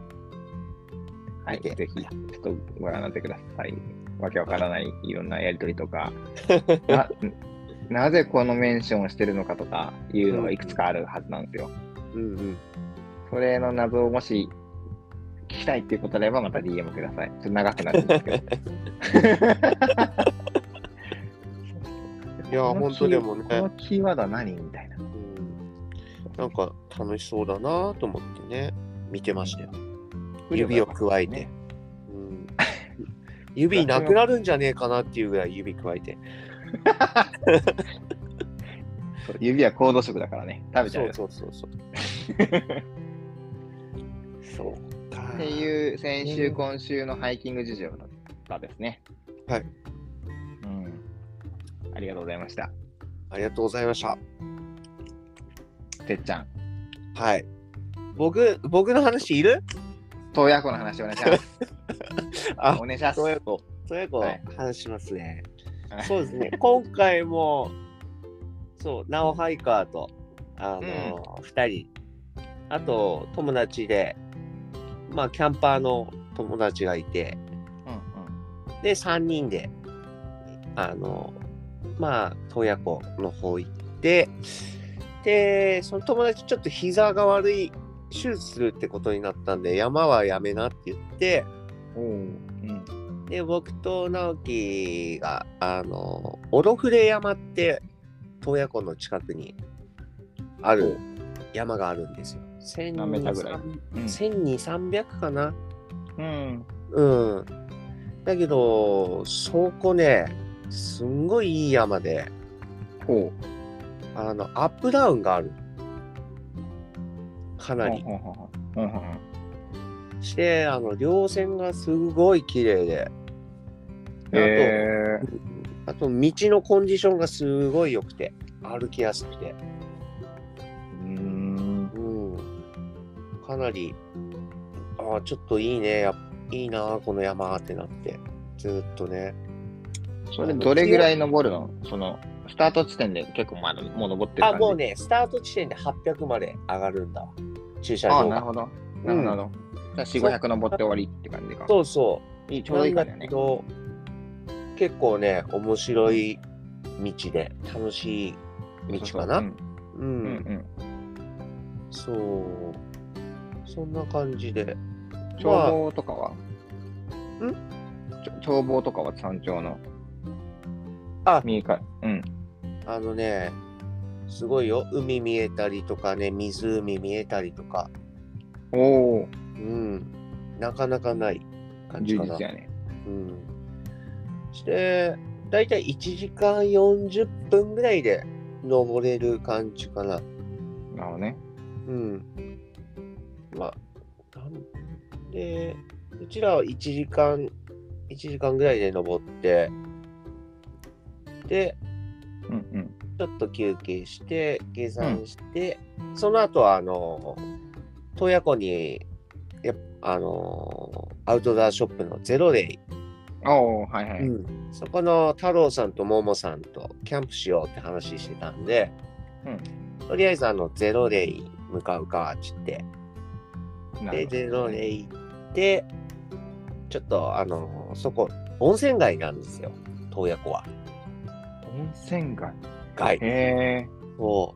Speaker 1: はい、
Speaker 2: 見
Speaker 1: ぜ
Speaker 2: て
Speaker 1: ひ、ちょっとご覧になってください。わけわからないいろんなやりとりとか、ななぜこのメンションをしてるのかとかいうのがいくつかあるはずなんですよ。
Speaker 2: うんうん。
Speaker 1: それの謎をもし聞きたいっていうことであれば、また DM ください。ちょっと長くなるんですけど。
Speaker 2: いや
Speaker 1: この
Speaker 2: 本当でもね
Speaker 1: キーこのキーワードは何みたいな。
Speaker 2: うんなんか楽しそうだなぁと思ってね、見てましたよ。指を加え て。うん、指なくなるんじゃねえかなっていうぐらい指加えて。
Speaker 1: そう指は高度食だからね。食べちゃ
Speaker 2: そうう
Speaker 1: よ。
Speaker 2: そうそうそう。 そうか。
Speaker 1: っていう先週、今週のハイキング事情だったですね。
Speaker 2: はい。
Speaker 1: うん。ありがとうございました。
Speaker 2: ありがとうございました。
Speaker 1: てっちゃん、
Speaker 2: はい。僕、僕の話いる
Speaker 1: 洞爺湖の話お願いします。
Speaker 2: あ
Speaker 1: お願いします。
Speaker 2: そうやこ、そうやこ
Speaker 1: はい、
Speaker 2: 話しますね。
Speaker 1: はい
Speaker 2: そうです ね、今回も、そう、ナオハイカーと、あの、二、人、あと、友達で、まあ、キャンパーの友達がいて、
Speaker 1: うんうん。
Speaker 2: で、三人で、あの、まあ、洞爺湖の方行って、で、その友達ちょっと膝が悪い、手術するってことになったんで、山はやめなって言って、
Speaker 1: おうん。
Speaker 2: で僕と直樹があのオロフレ山って洞爺湖の近くにある山があるんですよ。
Speaker 1: 何メーターぐらいうん。
Speaker 2: 1200300かな
Speaker 1: うん。
Speaker 2: うん。だけどそこねすんごいいい山で
Speaker 1: ほ
Speaker 2: あのアップダウンがあるか
Speaker 1: う。
Speaker 2: なり。
Speaker 1: ほうほうほうほううんうんうん
Speaker 2: してあの稜線がすごい綺麗で。であと、
Speaker 1: えー
Speaker 2: あと道のコンディションがすごい良くて歩きやすくて、
Speaker 1: うーん。
Speaker 2: うん、かなりああちょっといいねやいいなあこの山ってなってずっとね
Speaker 1: それどれぐらい登るのその、スタート地点で結構まだもう登ってる
Speaker 2: あ
Speaker 1: 感じ。
Speaker 2: もうねスタート地点で800まで上がるんだわ駐車
Speaker 1: あ
Speaker 2: 場
Speaker 1: なる
Speaker 2: が
Speaker 1: ほど。なるほどなるほど。じゃあ4、500登って終わりって感じか。
Speaker 2: そうそ
Speaker 1: いいうちょうどいい
Speaker 2: な
Speaker 1: 感
Speaker 2: ん
Speaker 1: じだ
Speaker 2: だけ
Speaker 1: ね。
Speaker 2: ど結構ね面白い道で楽しい道かな
Speaker 1: そう
Speaker 2: う
Speaker 1: そううんん。うんうん。
Speaker 2: そうそんな感じで
Speaker 1: 眺望とかは、
Speaker 2: ん
Speaker 1: ちょ眺望とかは山頂の。
Speaker 2: あ
Speaker 1: 右か。うん。
Speaker 2: あのね、すごいよ。海見えたりとかね、湖見えたりとか、
Speaker 1: おお、
Speaker 2: うん、なかなかない感じ
Speaker 1: 充
Speaker 2: かな
Speaker 1: 実。やね。
Speaker 2: うん。して、だいたい1時間40分ぐらいで登れる感じかな。
Speaker 1: なるほどね。
Speaker 2: うん。まあ、なんで、うちらは1時間、一時間ぐらいで登って、で、
Speaker 1: うんうん。
Speaker 2: ちょっと休憩して、下山して、その後は、あの、洞爺湖に、やっあの、アウトドアショップのゼロレイ、
Speaker 1: おお、はいはい。
Speaker 2: そこの太郎さんとももさんとキャンプしようって話してたんで、とりあえず、あの、ゼロレイ向かうか、つって、
Speaker 1: なる
Speaker 2: で、
Speaker 1: ほど
Speaker 2: ゼロで行って、ちょっと、あの、そこ、温泉街なんですよ、洞爺湖は。
Speaker 1: 温泉街。
Speaker 2: 街。
Speaker 1: へえ。
Speaker 2: を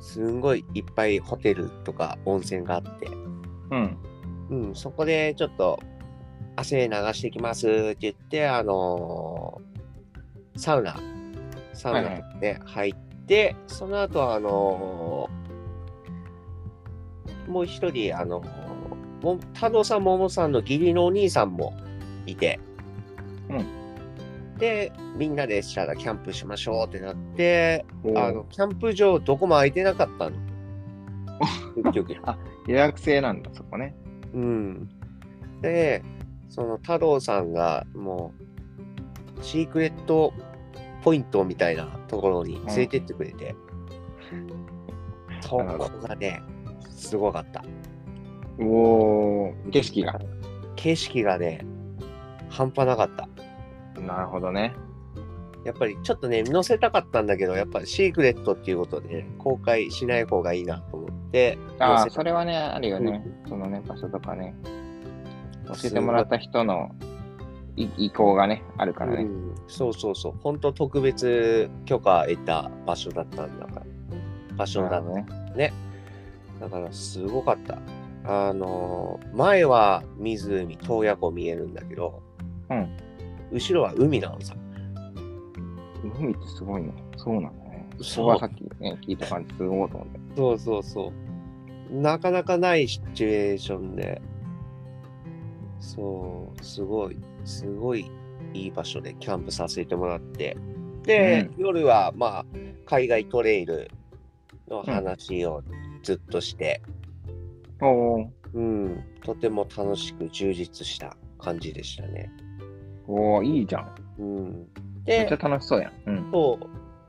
Speaker 2: すんごいいっぱいホテルとか温泉があって、
Speaker 1: うん。
Speaker 2: うん、そこでちょっと、汗流してきますって言って、あのサウナ、サウナ
Speaker 1: はい
Speaker 2: で、入って、その後は、あのもう一人、あのも太郎さん、桃さんの義理のお兄さんもいて、
Speaker 1: う
Speaker 2: で、みんなでしたらキャンプしましょうってなって、
Speaker 1: おー
Speaker 2: あのキャンプ場どこも空いてなかったの。結局。
Speaker 1: 予約制なんだ、そこね。
Speaker 2: うん。で、その太郎さんがもう、シークレットポイントみたいなところに連れてってくれて、そ
Speaker 1: なる
Speaker 2: こ
Speaker 1: ほ
Speaker 2: がね、すごかった。
Speaker 1: おお、景色が。。
Speaker 2: 景色がね、半端なかった。
Speaker 1: なるほどね。
Speaker 2: やっぱりちょっとね、載せたかったんだけど、やっぱりシークレットっていうことでね、公開しない方がいいなと思って、
Speaker 1: あ
Speaker 2: 載
Speaker 1: あ、
Speaker 2: せ
Speaker 1: それはね、あるよね。そのね、場所とかね。教えてもらった人のい意向がね、あるから
Speaker 2: う
Speaker 1: ね。
Speaker 2: ん、そうそうそう本当特別許可得た場所だったんだから場所
Speaker 1: な
Speaker 2: だ
Speaker 1: るほ
Speaker 2: ね
Speaker 1: どね。
Speaker 2: だからすごかったあのー前は湖洞爺湖見えるんだけど、
Speaker 1: うん
Speaker 2: 後ろは海なのさ
Speaker 1: 海ってすごいね。そうなんだね。
Speaker 2: そう
Speaker 1: そこはさっきね、聞いた感じ、すごいと思って。
Speaker 2: そうそうそうなかなかないシチュエーションでそうすごいすごいいい場所でキャンプさせてもらってで、夜はまあ海外トレイルの話をずっとして、
Speaker 1: おお。
Speaker 2: うんとても楽しく充実した感じでしたね。
Speaker 1: おお、いいじゃん。
Speaker 2: うん、
Speaker 1: めっ
Speaker 2: で
Speaker 1: ちゃ楽しそうやん。うん。
Speaker 2: そ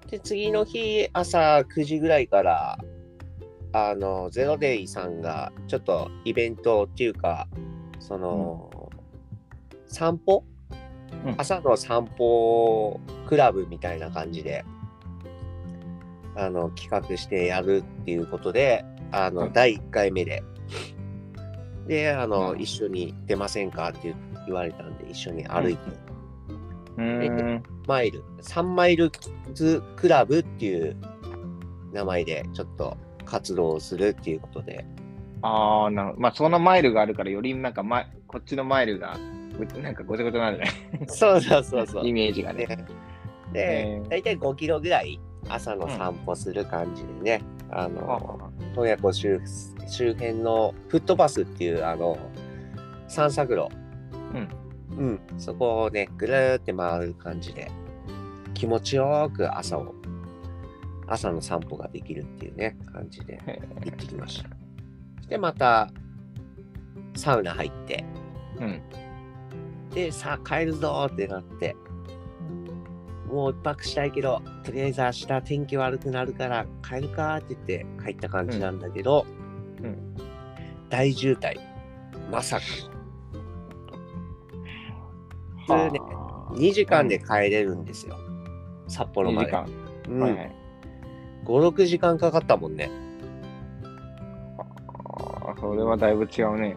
Speaker 2: うで次の日朝9時ぐらいからあのゼロデイさんがちょっとイベントっていうかその、散歩、
Speaker 1: うん
Speaker 2: 朝の散歩クラブみたいな感じであの企画してやるっていうことであの、
Speaker 1: うん
Speaker 2: 第1回目でであの、
Speaker 1: うん
Speaker 2: 一緒に出ませんかって言われたんで一緒に歩いて。
Speaker 1: うーん。
Speaker 2: マイル、3マイルズクラブっていう名前でちょっと活動をするっていうことで、
Speaker 1: ああ、なるほど。まあ、そのマイルがあるから、よりなんか、ま、こっちのマイルが、うなんかごちゃごちゃになるね。
Speaker 2: そうそうそうそう。
Speaker 1: イメージがね。
Speaker 2: ねで
Speaker 1: え、ー
Speaker 2: 大体5キロぐらい朝の散歩する感じでね、あの、洞爺湖周周辺のフットパスっていうあの散策路、うん、そこをね、ぐるーって回る感じで、気持ちよく朝を、朝の散歩ができるっていうね、感じで
Speaker 1: へ
Speaker 2: 行ってきま した。で、また、サウナ入って、
Speaker 1: うん。
Speaker 2: で、さあ帰るぞーってなって、もう一泊したいけど、とりあえず明日天気悪くなるから帰るかーって言って帰った感じなんだけど、
Speaker 1: うんう
Speaker 2: 大渋滞。まさか
Speaker 1: は
Speaker 2: の。普通ね、
Speaker 1: あ
Speaker 2: 2時間で帰れるんですよ。札幌
Speaker 1: 2
Speaker 2: ま
Speaker 1: 時
Speaker 2: で。
Speaker 1: 間。
Speaker 2: うん
Speaker 1: はいはい。
Speaker 2: 5、6時間かかったもんね。
Speaker 1: ああ、それはだいぶ違うね。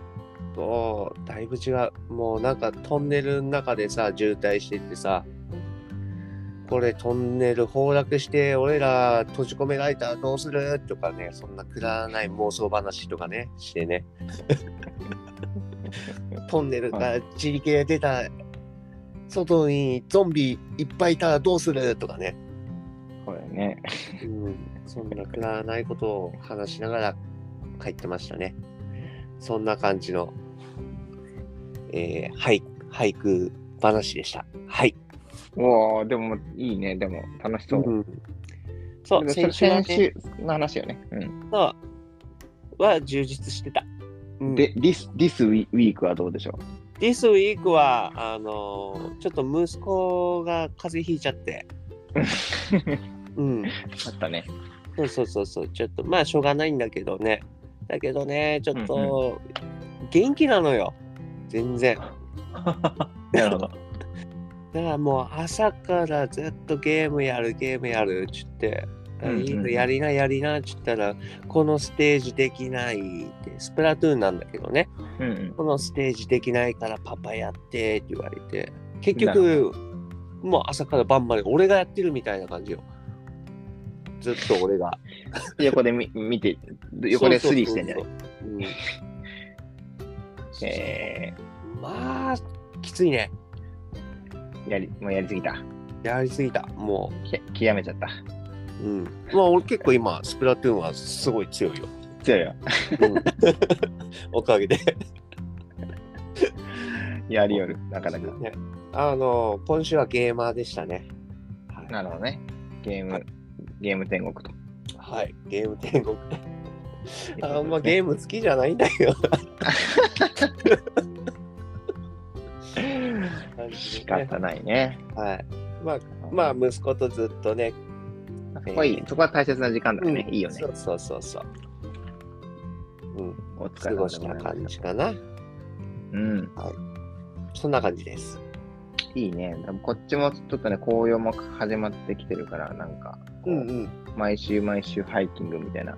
Speaker 2: そう、だいぶ違う。もうなんかトンネルの中でさ、渋滞してってさ、これトンネル崩落して、俺ら閉じ込められたらどうするとかね、そんなくだらない妄想話とかね、してね。トンネルから自力で出た、外にゾンビいっぱいいたらどうするとかね。
Speaker 1: これね。
Speaker 2: うん、そんなくだらないことを話しながら帰ってましたね。そんな感じの、えー、俳俳句話でした。はい。
Speaker 1: おー、でもいいね、でも楽しそう。
Speaker 2: ん、そう、
Speaker 1: でも
Speaker 2: 先
Speaker 1: それ
Speaker 2: 週
Speaker 1: 先週の話よね。うん、
Speaker 2: はは充実してた。うん
Speaker 1: で、This, this week- week はどうでし ょ
Speaker 2: This week は、あのーちょっと息子が風邪ひいちゃって、
Speaker 1: う
Speaker 2: うん、
Speaker 1: あった ね。
Speaker 2: そうそうそうそう、ちょっと、まあ、しょうがないんだけどね。だけどね、ちょっと、元気なのよ、全然。
Speaker 1: なるほど。
Speaker 2: だからもう、朝からずっとゲームやる、ゲームやる、っつって。
Speaker 1: うんうん
Speaker 2: いいのやりなやりなっつったらこのステージできないってスプラトゥーンなんだけどね
Speaker 1: うんうん、
Speaker 2: このステージできないからパパやってって言われて結
Speaker 1: なる
Speaker 2: 局もう朝から晩まで俺がやってるみたいな感じよずっと俺が
Speaker 1: 横でみ見て、横でスリーしてんじゃ
Speaker 2: そ
Speaker 1: な
Speaker 2: う
Speaker 1: い
Speaker 2: そうそううん
Speaker 1: え
Speaker 2: まあきついね
Speaker 1: ー、やり、もうやりすぎた。
Speaker 2: やりすぎたも
Speaker 1: き極めちゃった。
Speaker 2: う、うん、まあ俺結構今スプラトゥーンはすごい強いよ、
Speaker 1: 強いよ。
Speaker 2: おかげで
Speaker 1: やりよる、なかなか。
Speaker 2: ねあの今週はゲーマーでしたねはい
Speaker 1: なるほどね。ゲーム
Speaker 2: はい、
Speaker 1: ゲーム天国と。
Speaker 2: はい、ゲーム天国。あんま ゲーム好きじゃないんだよ。
Speaker 1: 仕方ないね。
Speaker 2: はい。まあ、まあ、息子とずっとね。
Speaker 1: そこはいい、そこは大切な時間だね。いいよね
Speaker 2: そ。うそうそうそう。うん、
Speaker 1: お疲
Speaker 2: 過
Speaker 1: れ様で
Speaker 2: ごし
Speaker 1: ござ
Speaker 2: た
Speaker 1: いま
Speaker 2: 感
Speaker 1: し
Speaker 2: じかな。
Speaker 1: た。うん、
Speaker 2: そんな感じです。
Speaker 1: いいね。多分こっちもちょっとね、紅葉も始まってきてるから、なんか、こう
Speaker 2: うん。
Speaker 1: 毎週毎週ハイキングみたいな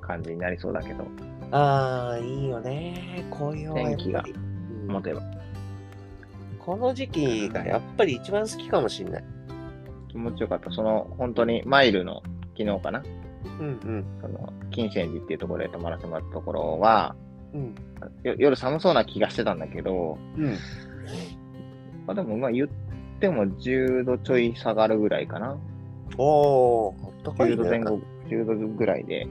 Speaker 1: 感じになりそうだけど、
Speaker 2: ああ、いいよね。こういうのはやっぱり
Speaker 1: 天気が
Speaker 2: うん
Speaker 1: 思てば
Speaker 2: この時期がやっぱり一番好きかもしれない。
Speaker 1: 気持ちよかった。その、本当にマイルの昨日かな、
Speaker 2: うん
Speaker 1: その、金泉寺っていうところで泊まらせてもらったところは、
Speaker 2: うん。
Speaker 1: よ夜寒そうな気がしてたんだけど、
Speaker 2: うん。うん。
Speaker 1: まあ、でもまあ言っても10度ちょい下がるぐらいかな。
Speaker 2: おー、あったかい、ね。
Speaker 1: 10度前後、10度ぐらいで、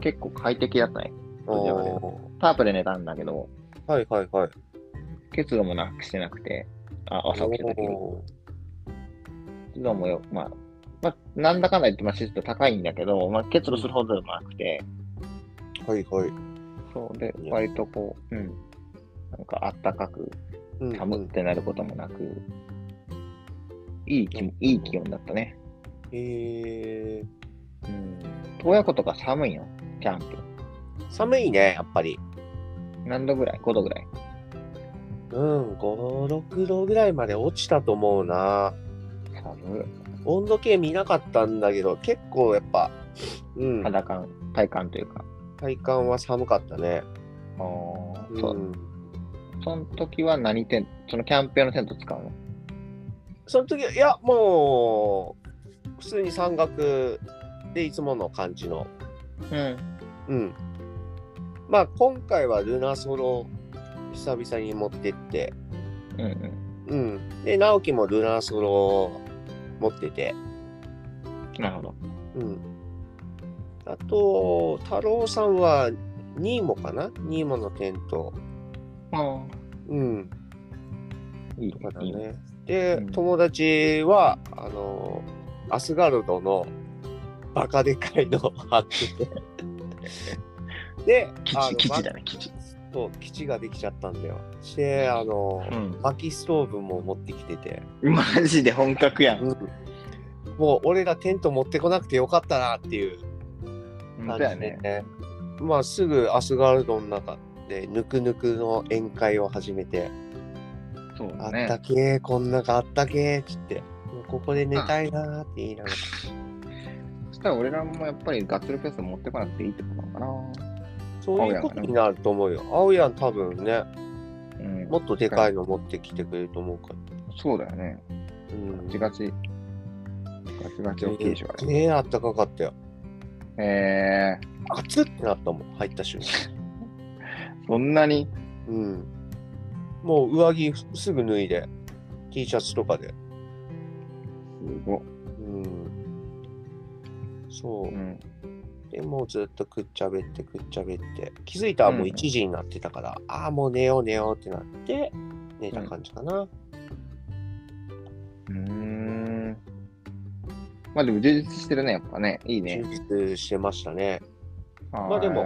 Speaker 1: 結構快適だったね。
Speaker 2: お
Speaker 1: タープで寝たんだけど、
Speaker 2: ーはいはいはい。
Speaker 1: 結露もなくしてなくて、あ朝起きた時に。
Speaker 2: お
Speaker 1: 結露もよ、まあ、まあ、なんだかんだ言って、まあ、湿度高いんだけど、まあ、結露するほどでもなくて、
Speaker 2: ーはいはい。
Speaker 1: そうで
Speaker 2: い、や
Speaker 1: 割とこう、うん、なんかあったかく、
Speaker 2: うん
Speaker 1: 寒ってなることもなく、いい気も、いい気温だったね。
Speaker 2: えー
Speaker 1: うん。親子とか寒いよ、キャンプ。
Speaker 2: 寒いね、やっぱり。
Speaker 1: 何度ぐらい ?5 度ぐらい。
Speaker 2: うん、5、6度ぐらいまで落ちたと思うな。
Speaker 1: 寒い。
Speaker 2: 温度計見なかったんだけど、結構やっぱ、うん、
Speaker 1: 肌感、体感というか。
Speaker 2: 体感は寒かったね。
Speaker 1: ああ、
Speaker 2: う。
Speaker 1: そうんその時は何テント、そのキャンプ用のテント使うの
Speaker 2: その時いや、もう、普通に山岳でいつもの感じの。
Speaker 1: うん。
Speaker 2: うん。まあ、今回はルナソロ、久々に持ってって、
Speaker 1: うんうん。
Speaker 2: うん。で、直樹もルナーソロを持ってて。
Speaker 1: なるほど。
Speaker 2: うん。あと、太郎さんは、ニーモかなニーモのテント。
Speaker 1: あ
Speaker 2: うん。
Speaker 1: あ、いい
Speaker 2: とかだ
Speaker 1: いいね。
Speaker 2: ね。で
Speaker 1: うん、
Speaker 2: 友達は、あの、アスガルドのバカでかいのを貼って て。で、
Speaker 1: 基
Speaker 2: あの
Speaker 1: 地、基地だね、基地。
Speaker 2: まそう、基地ができちゃったんだよ。して、あの、
Speaker 1: ん。
Speaker 2: 薪ストーブも持ってきてて。
Speaker 1: マジで本格やん。
Speaker 2: うんもう俺らテント持ってこなくてよかったなっていう
Speaker 1: 本当
Speaker 2: 感じ
Speaker 1: や
Speaker 2: で
Speaker 1: ね
Speaker 2: ね。。まあすぐアスガルドの中でぬくぬくの宴会を始めて、
Speaker 1: そう
Speaker 2: あ
Speaker 1: だ
Speaker 2: った
Speaker 1: ね。
Speaker 2: けーこん中あったけーっつってもうここで寝たいなーって言いながら、
Speaker 1: そしたら俺らもやっぱりガッツリフェス持ってこなくていいってことなのかな。
Speaker 2: そういうことになると思うよ青やん多分ね
Speaker 1: うん
Speaker 2: も。っとでかいの持ってきてくれると思うから
Speaker 1: そうだよね。
Speaker 2: うん
Speaker 1: ガチガチ。ガチガチ大きいでしょ、あ
Speaker 2: すげえあったかかったよ
Speaker 1: れ。え
Speaker 2: 熱ってなったもん入った瞬 間
Speaker 1: ー、そんなに
Speaker 2: うんもう上着すぐ脱いで T シャツとかです
Speaker 1: ごっ。
Speaker 2: うん。そう
Speaker 1: う。ん。
Speaker 2: でもうずっとくっちゃべってくっちゃべって気づいたらもう1時になってたから、ああもう寝よう寝ようってなって寝た感じかな、
Speaker 1: うーん。まあでも充実してるね、やっぱね。いいね
Speaker 2: 充。実してましたね
Speaker 1: ま
Speaker 2: あでも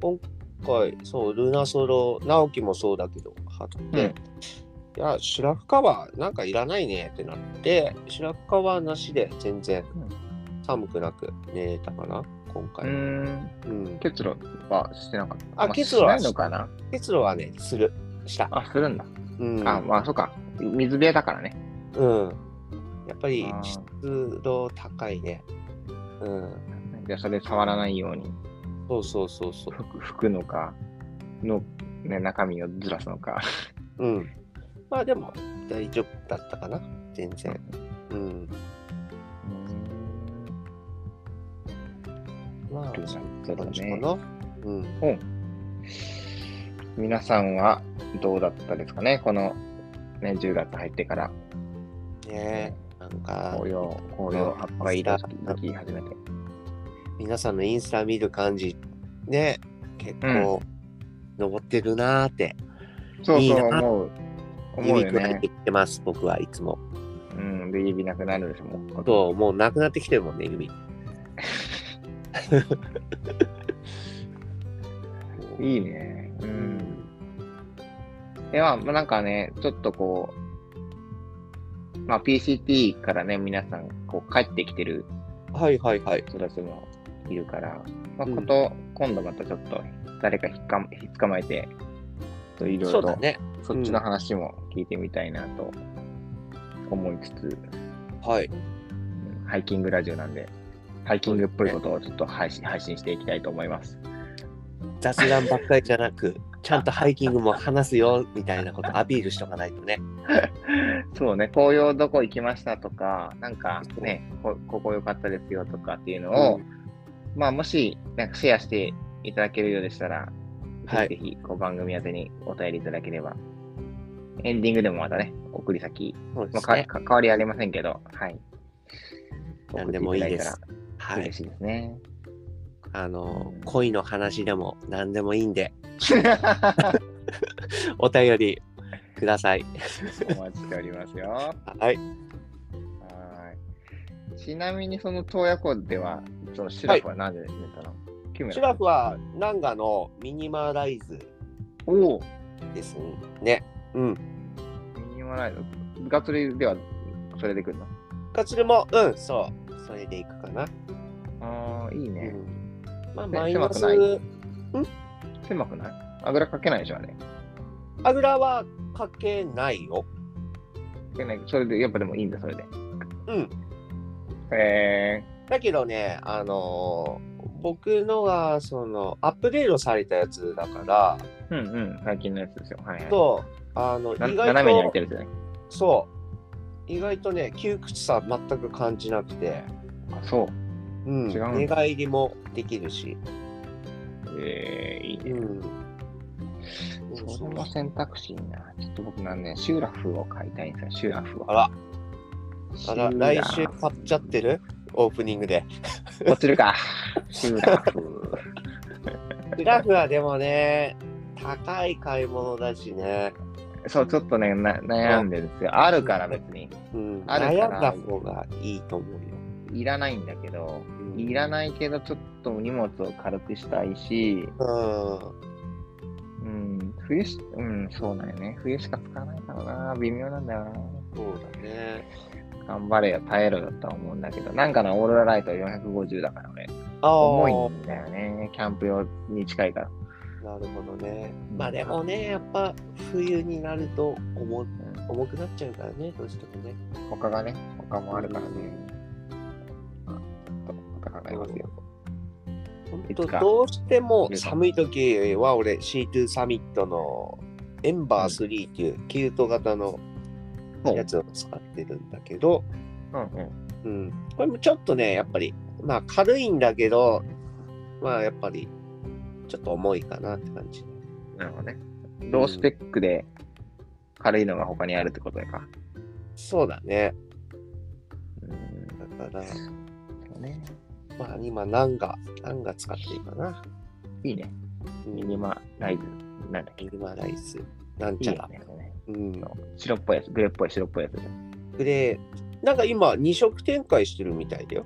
Speaker 2: 今回そうルナソロ直樹もそうだけど貼って、
Speaker 1: うん
Speaker 2: いやシュラフカバーなんかいらないねってなってシュラフカバーなしで全然寒くなく寝たかな今
Speaker 1: うー
Speaker 2: 回、うん
Speaker 1: ん。結露はしてなかった。
Speaker 2: あ
Speaker 1: ま
Speaker 2: 結露は
Speaker 1: しないのかな
Speaker 2: 結露はねするした、
Speaker 1: あ、するんだ。
Speaker 2: うん、
Speaker 1: あ、まあそうか。水辺だからね。
Speaker 2: うん。やっぱり
Speaker 1: あー
Speaker 2: 湿度高いね。うん。
Speaker 1: じゃあそれ触らないように
Speaker 2: そうそうそうそ
Speaker 1: 拭く拭くのか、の、ね、中身をずらすのか。
Speaker 2: う。うん。まあでも大丈夫だったかな。全然。うん。まあ、
Speaker 1: ルナソロね
Speaker 2: 感じかな。うん。
Speaker 1: 皆さんはどうだったですかねこの、ね、10月入ってから、
Speaker 2: ねえ。なんか、
Speaker 1: 紅葉、紅葉、葉っぱがいいと咲き始めて。
Speaker 2: 皆さんのインスタ見る感じ、ね、結構、登ってるなーって、
Speaker 1: そう
Speaker 2: いい
Speaker 1: そう、
Speaker 2: な
Speaker 1: 思う。思う
Speaker 2: 指
Speaker 1: よ
Speaker 2: くらい
Speaker 1: ね
Speaker 2: て。きてます、僕はいつも。
Speaker 1: うん、で、指なくなるでしょ、もう。
Speaker 2: そう、もうなくなってきてるもんね、指。
Speaker 1: いいね。う。
Speaker 2: うんん。
Speaker 1: では、まあ、なんかね、ちょっとこう、まあ、PCT からね、皆さん、こう、帰ってきてる
Speaker 2: はいはいはい。
Speaker 1: 人たちもいるから、まあ、
Speaker 2: うん
Speaker 1: こと、今度またちょっと、誰かひっかひっ捕まえて、ちょっといろいろ
Speaker 2: そうだ
Speaker 1: と、
Speaker 2: ね。
Speaker 1: そっちの話も聞いてみたいなと思いつつ、
Speaker 2: はい。
Speaker 1: うんハイキングラジオなんで、ハイキングっぽいことをちょっと配信配信していきたいと思います。
Speaker 2: 雑談ばっかりじゃなく、ちゃんとハイキングも話すよみたいなことアピールしとかないとね。
Speaker 1: そうね、紅葉どこ行きましたとか、なんかね、こここ良かったですよとかっていうのを、まあ、もし、なんかシェアしていただけるようでしたら、
Speaker 2: はい
Speaker 1: ぜひぜひ、こう、番組宛てにお便りいただければ、エンディングでもまたね、送り先、
Speaker 2: そうで
Speaker 1: まあ、
Speaker 2: す
Speaker 1: か
Speaker 2: ね。
Speaker 1: か変わりありませんけど、はい。
Speaker 2: 何でもいいです
Speaker 1: 送ってただ
Speaker 2: は
Speaker 1: た
Speaker 2: い
Speaker 1: ら嬉。しいです ね。
Speaker 2: あの、恋の話でも何でもいいんで、お便りください。
Speaker 1: お待ちしておりますよ。は
Speaker 2: は
Speaker 1: ー
Speaker 2: い。
Speaker 1: い。ちなみに、その洞爺湖では、そのシラフは何で寝たの、キムラ
Speaker 2: シュラフは、ナンガのミニマライズ
Speaker 1: おお
Speaker 2: ですね。うん。
Speaker 1: ミニマライズ。ガツリでは、それで来るの
Speaker 2: カツルも、うん、そう。それでいくかな。
Speaker 1: ああ、いいうね。
Speaker 2: ん。まあ、
Speaker 1: ね
Speaker 2: マイナス、
Speaker 1: 狭く狭くないあぐらかけないでしょ、あれ。
Speaker 2: あぐらはかけないよ。
Speaker 1: でねそれで、やっぱでもいいんだ、それで。
Speaker 2: うん。
Speaker 1: え
Speaker 2: だけどね、あのー僕のが、その、アップデートされたやつだから、
Speaker 1: ー、うんうん、最近のやつですよ。はい、はい。
Speaker 2: と、あの、意
Speaker 1: な
Speaker 2: 外と、
Speaker 1: 斜めに開いてるじゃない
Speaker 2: そう、意外とね、窮屈さ全く感じなくて、
Speaker 1: あ、そう。
Speaker 2: うん、
Speaker 1: 違うんだ
Speaker 2: 寝返りもできるし、
Speaker 1: えー、いいね。
Speaker 2: うん。
Speaker 1: それは選択肢いいな。ちょっと僕なんね、シューラフを買いたいんですよ、シューラフを。
Speaker 2: あら、
Speaker 1: シ
Speaker 2: あ
Speaker 1: ュ
Speaker 2: ら、
Speaker 1: ーラ
Speaker 2: 来週買っちゃってるオープニングで。
Speaker 1: 落ちる か。シューラフ。
Speaker 2: グラフはでもね、高い買い物だしね、
Speaker 1: そう、ちょっとね、な悩んでるんですよ。あるから別に。
Speaker 2: うん、
Speaker 1: あるか
Speaker 2: 悩ん
Speaker 1: ら
Speaker 2: だ方がいいと思うよ。
Speaker 1: いらないんだけど、
Speaker 2: うん
Speaker 1: いらないけど、ちょっと荷物を軽くしたいし、
Speaker 2: うん、
Speaker 1: うん、冬し、うん、そうなんよね。冬しか使わないからな、微妙なんだよ
Speaker 2: そうだね。
Speaker 1: な。頑張れよ、耐えろよとは思うんだけど、なんかのオーロラライト450だから俺、
Speaker 2: あー
Speaker 1: 重いんだよね。キャンプ用に近いから。
Speaker 2: なるほどね
Speaker 1: う。ん
Speaker 2: まあでもね、やっぱ冬になると重重くなっちゃうからね、どうしてもね。
Speaker 1: 他がね、他もあるからね。ちょっとまた考えますよ。
Speaker 2: 本
Speaker 1: い
Speaker 2: 当
Speaker 1: つか
Speaker 2: どうしても寒い時は俺、C2 サミットのエンバー3っていうキルト型の
Speaker 1: そう
Speaker 2: やつを使ってるんだけど、
Speaker 1: うんうん。
Speaker 2: うん、これもちょっとね、やっぱり、まあ軽いんだけど、まあやっぱり、ちょっと重いかなって感じ。
Speaker 1: なるほどね。ロースペックで軽いのが他にあるってことやか。
Speaker 2: そうだね。
Speaker 1: うん。
Speaker 2: だから、
Speaker 1: ね。
Speaker 2: まあ今、ナンガ、ナンガ使っていいかな。
Speaker 1: いいね。ミニマライズ。なんだっけ
Speaker 2: ミニマライズ、なん
Speaker 1: いい
Speaker 2: ちゃ
Speaker 1: よ
Speaker 2: ら。
Speaker 1: ね。これね
Speaker 2: うん。
Speaker 1: 白っぽいやつ、グレーっぽい白っぽいやつじゃん。
Speaker 2: で、なんか今、二色展開してるみたいだよ。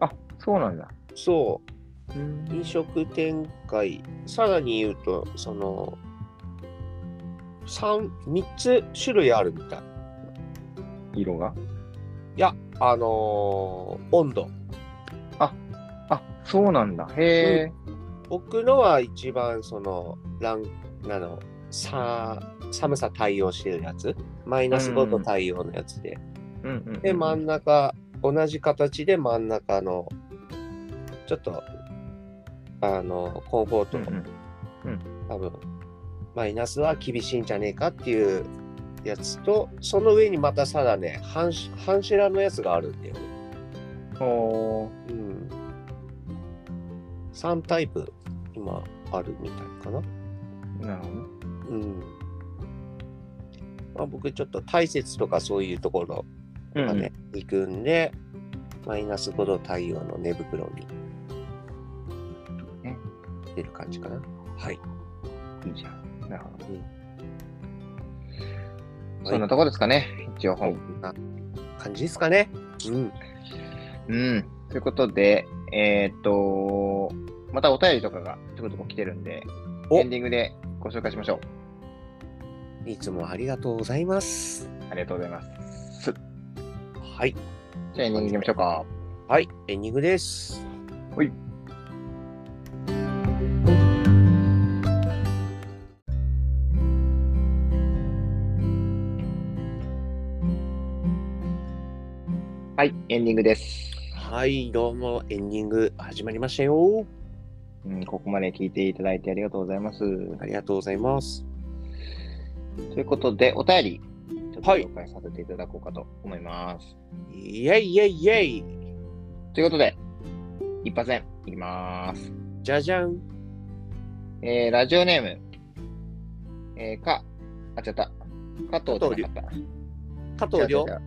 Speaker 1: あ、そうなんだ。
Speaker 2: そう。
Speaker 1: うん
Speaker 2: 飲食展開さらに言うとその 3, 3つ種類あるみたいい
Speaker 1: 色が。
Speaker 2: やあのー温度
Speaker 1: あ、そうなんだ。へえ。
Speaker 2: 僕のは一番そのランなのさ寒さ対応してるやつマイナス5度対応のやつで、
Speaker 1: うんうんうん
Speaker 2: で真ん中同じ形で真ん中のちょっとあのコンフォー
Speaker 1: う
Speaker 2: ト
Speaker 1: ん
Speaker 2: の
Speaker 1: うん
Speaker 2: 多分マイナスは厳しいんじゃねえかっていうやつとその上にまたさらね半し半シェラのやつがあるんだよね、
Speaker 1: おー
Speaker 2: うん、3タイプ今あるみたいかな
Speaker 1: なるほどね。
Speaker 2: うんまあ僕ちょっと大雪とかそういうところ
Speaker 1: うん
Speaker 2: まで行くんで、マイナス5度対応の寝袋に
Speaker 1: ね
Speaker 2: 出る感じかなはい
Speaker 1: いいじゃん。なるほど。
Speaker 2: は
Speaker 1: そ
Speaker 2: い
Speaker 1: んなとこですかね。一応本。
Speaker 2: こんな感じですかねうん
Speaker 1: うん。ということで、えーっと、またお便りとかがちょこちょこ来てるんで、
Speaker 2: お
Speaker 1: エンディングでご紹介しましょう。
Speaker 2: いつもありがとうございます。
Speaker 1: ありがとうございます。
Speaker 2: はい。
Speaker 1: じゃあエンディングいきましょうか。
Speaker 2: はい。エンディングです。
Speaker 1: はい。はい、エンディングです。
Speaker 2: はい。どうも、エンディング始まりましたよ。
Speaker 1: うん、ここまで聞いていただいてありがとうございます。
Speaker 2: ありがとうございます。
Speaker 1: ということで、お便り、ちょっと
Speaker 2: はい
Speaker 1: 紹介させていただこうかと思います。
Speaker 2: イェイイェイイェイ
Speaker 1: ということで、一発目、いきます。
Speaker 2: じゃじゃん。
Speaker 1: えー、ラジオネーム、えー、か、あ、違った。加藤じゃなかった。
Speaker 2: 加藤
Speaker 1: 違う違う
Speaker 2: 亮
Speaker 1: 違。う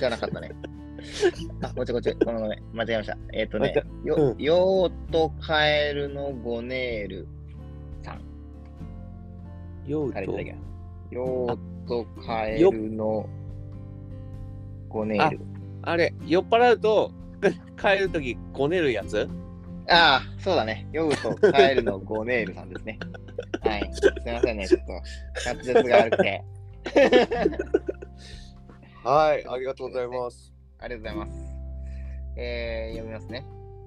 Speaker 1: じゃなかったね。あ、ごちゃごちゃ、ごめんごめん。間違えました。えっ、とね、よ、
Speaker 2: う
Speaker 1: ようとカエルのゴネール
Speaker 2: よう
Speaker 1: されて
Speaker 2: と
Speaker 1: たっけな。ようとカエルのゴネール。
Speaker 2: あれ、酔っ払うと、 帰るとき、こねるやつ
Speaker 1: ああ、そうだね。ようとカエルのゴネールさんです ね。はい。すいませんね、ちょっと、滑舌が悪くて。
Speaker 2: はい。
Speaker 1: ありがとうございますありがとうございます。えー、読みますね。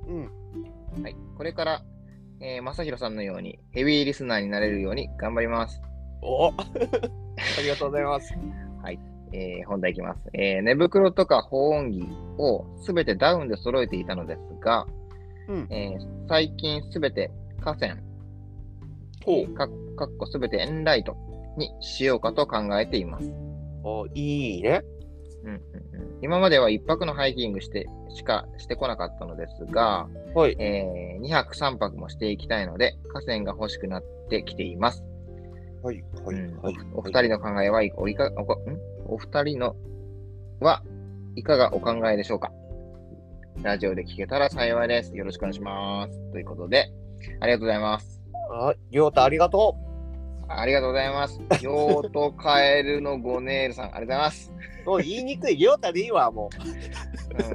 Speaker 2: うん。
Speaker 1: はい、これから、えー、正宏さんのようにヘビーリスナーになれるように頑張ります。
Speaker 2: お ありがとうございます。
Speaker 1: えー本題いきます。えー寝袋とか保温着をすべてダウンで揃えていたのですが、
Speaker 2: うん
Speaker 1: えー最近すべて河川、
Speaker 2: ほ
Speaker 1: かかっこすべてエンライトにしようかと考えています。
Speaker 2: う。あ、いいね。
Speaker 1: うんうんうん、今までは1泊のハイキングしてしかしてこなかったのですが、
Speaker 2: はい。
Speaker 1: え2泊3泊もしていきたいので、河川が欲しくなってきています。
Speaker 2: はい。は
Speaker 1: うんお二人の考えはいおいかおかんお二人のはいかがお考えでしょうかラジオで聞けたら幸いです。よろしくお願いします。ということで、ありがとうございます。
Speaker 2: あ、りょうたありがと
Speaker 1: ありがとうござい ます。ヨウトカエルのゴネールさん、ありがとうございます。
Speaker 2: う。もう言いにくい。りょうたでいいわ、も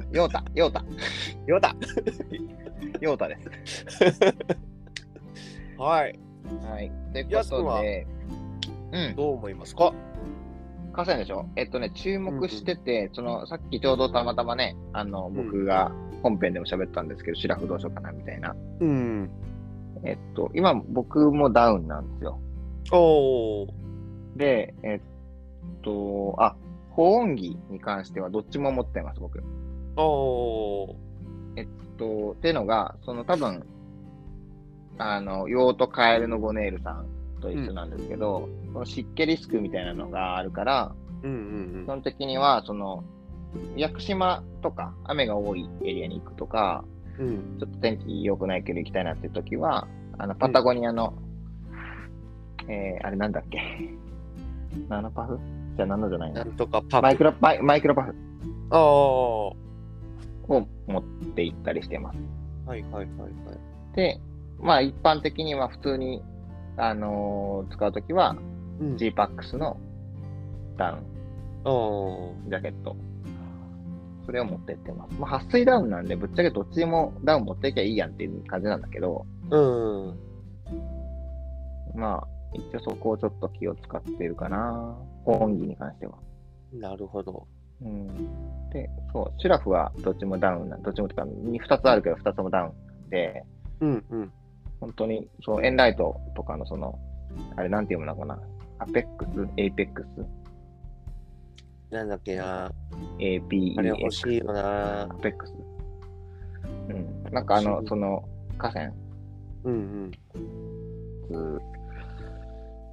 Speaker 1: うん、ヨウタ、ヨウタ、
Speaker 2: う。りょうた。
Speaker 1: ヨウタです。
Speaker 2: はい。
Speaker 1: はい。ということで、うん、
Speaker 2: どう思いますか
Speaker 1: 河川でしょえっとね、注目してて、その、さっきちょうどたまたまね、あの、僕が本編でも喋ったんですけど、シラフどうしようかな、みたいな。
Speaker 2: うん。
Speaker 1: えっと、今僕もダウンなんですよ。
Speaker 2: おお。
Speaker 1: で、えっと、あ、保温着に関してはどっちも持ってます、僕。
Speaker 2: おお。
Speaker 1: と、ってのが、その多分、あの、用途カエルのゴネールさんと一緒なんですけど、その湿気リスクみたいなのがあるから、
Speaker 2: うん
Speaker 1: 基本的には、その、屋久島とか雨が多いエリアに行くとか、
Speaker 2: うんうん。うん。
Speaker 1: ちょっと天気良くないけど行きたいなっていう時は、あの、パタゴニアの、えー、あれなんだっけ。ナノパフじゃあナノじゃない
Speaker 2: な。
Speaker 1: なん
Speaker 2: とかパ
Speaker 1: マイク
Speaker 2: ク。
Speaker 1: ロマイマイクロパフ
Speaker 2: ああ。
Speaker 1: を持って行ったりしてます。
Speaker 2: はいはいはいはい。
Speaker 1: で、まあ一般的には普通に、あのー使うときは
Speaker 2: うん。
Speaker 1: g パックスのダウン、
Speaker 2: あー
Speaker 1: ジャケット。それを持ってってます。まあ、撥水ダウンなんで、ぶっちゃけどっちにもダウン持っていきゃいいやんっていう感じなんだけど、
Speaker 2: うん。
Speaker 1: まあ、一応そこをちょっと気を使ってるかな。本義に関しては。
Speaker 2: なるほど。
Speaker 1: うん。で、そう、シュラフはどっちもダウンな、どっちもってか、に2つあるけど、2つともダウンなんで、
Speaker 2: うんうん。
Speaker 1: 本当に、そう、エンライトとかのその、あれなんて読むのかな。アペックス、エイペックス、
Speaker 2: なんだっけな。
Speaker 1: APE。
Speaker 2: あれ欲しいよな
Speaker 1: ア。ペックス。うん。なんかあの、その、河川
Speaker 2: うん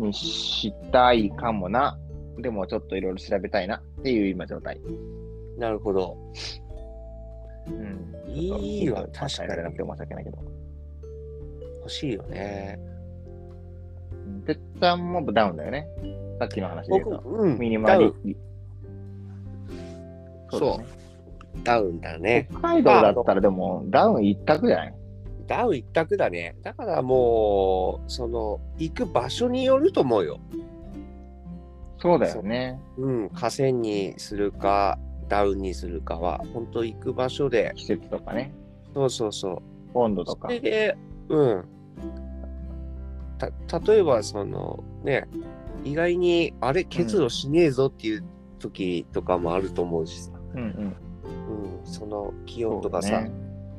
Speaker 1: にしたいかもな。でもちょっといろいろ調べたいなっていう今状態。
Speaker 2: うん。なるほど。
Speaker 1: うん。
Speaker 2: いいわ、確
Speaker 1: 確か
Speaker 2: か
Speaker 1: に。な
Speaker 2: に
Speaker 1: く。て申し訳ないけど。
Speaker 2: 欲しいよね。
Speaker 1: てっちゃんもダウンだよね。さっきの話で言
Speaker 2: 僕、
Speaker 1: うと。
Speaker 2: うん。
Speaker 1: ミニマル
Speaker 2: ダウン。
Speaker 1: そうですね
Speaker 2: ダウンだね。
Speaker 1: 北海道だったらでもダウン一択じゃない
Speaker 2: ダウン一択だね。だからもう、その、行く場所によると思うよ。
Speaker 1: そうだよね。
Speaker 2: うん。河川にするか、ダウンにするかは、本当行く場所で、
Speaker 1: 季節とかね、
Speaker 2: そうそうそう。
Speaker 1: 温度と
Speaker 2: そ
Speaker 1: か。
Speaker 2: れで、うん。た例えば、そのね、意外に、あれ、結露しねえぞっていう時とかもあると思うしさ、
Speaker 1: うんうん。
Speaker 2: うん、その気
Speaker 1: そ
Speaker 2: 温
Speaker 1: う
Speaker 2: とか
Speaker 1: だ
Speaker 2: さ、
Speaker 1: ね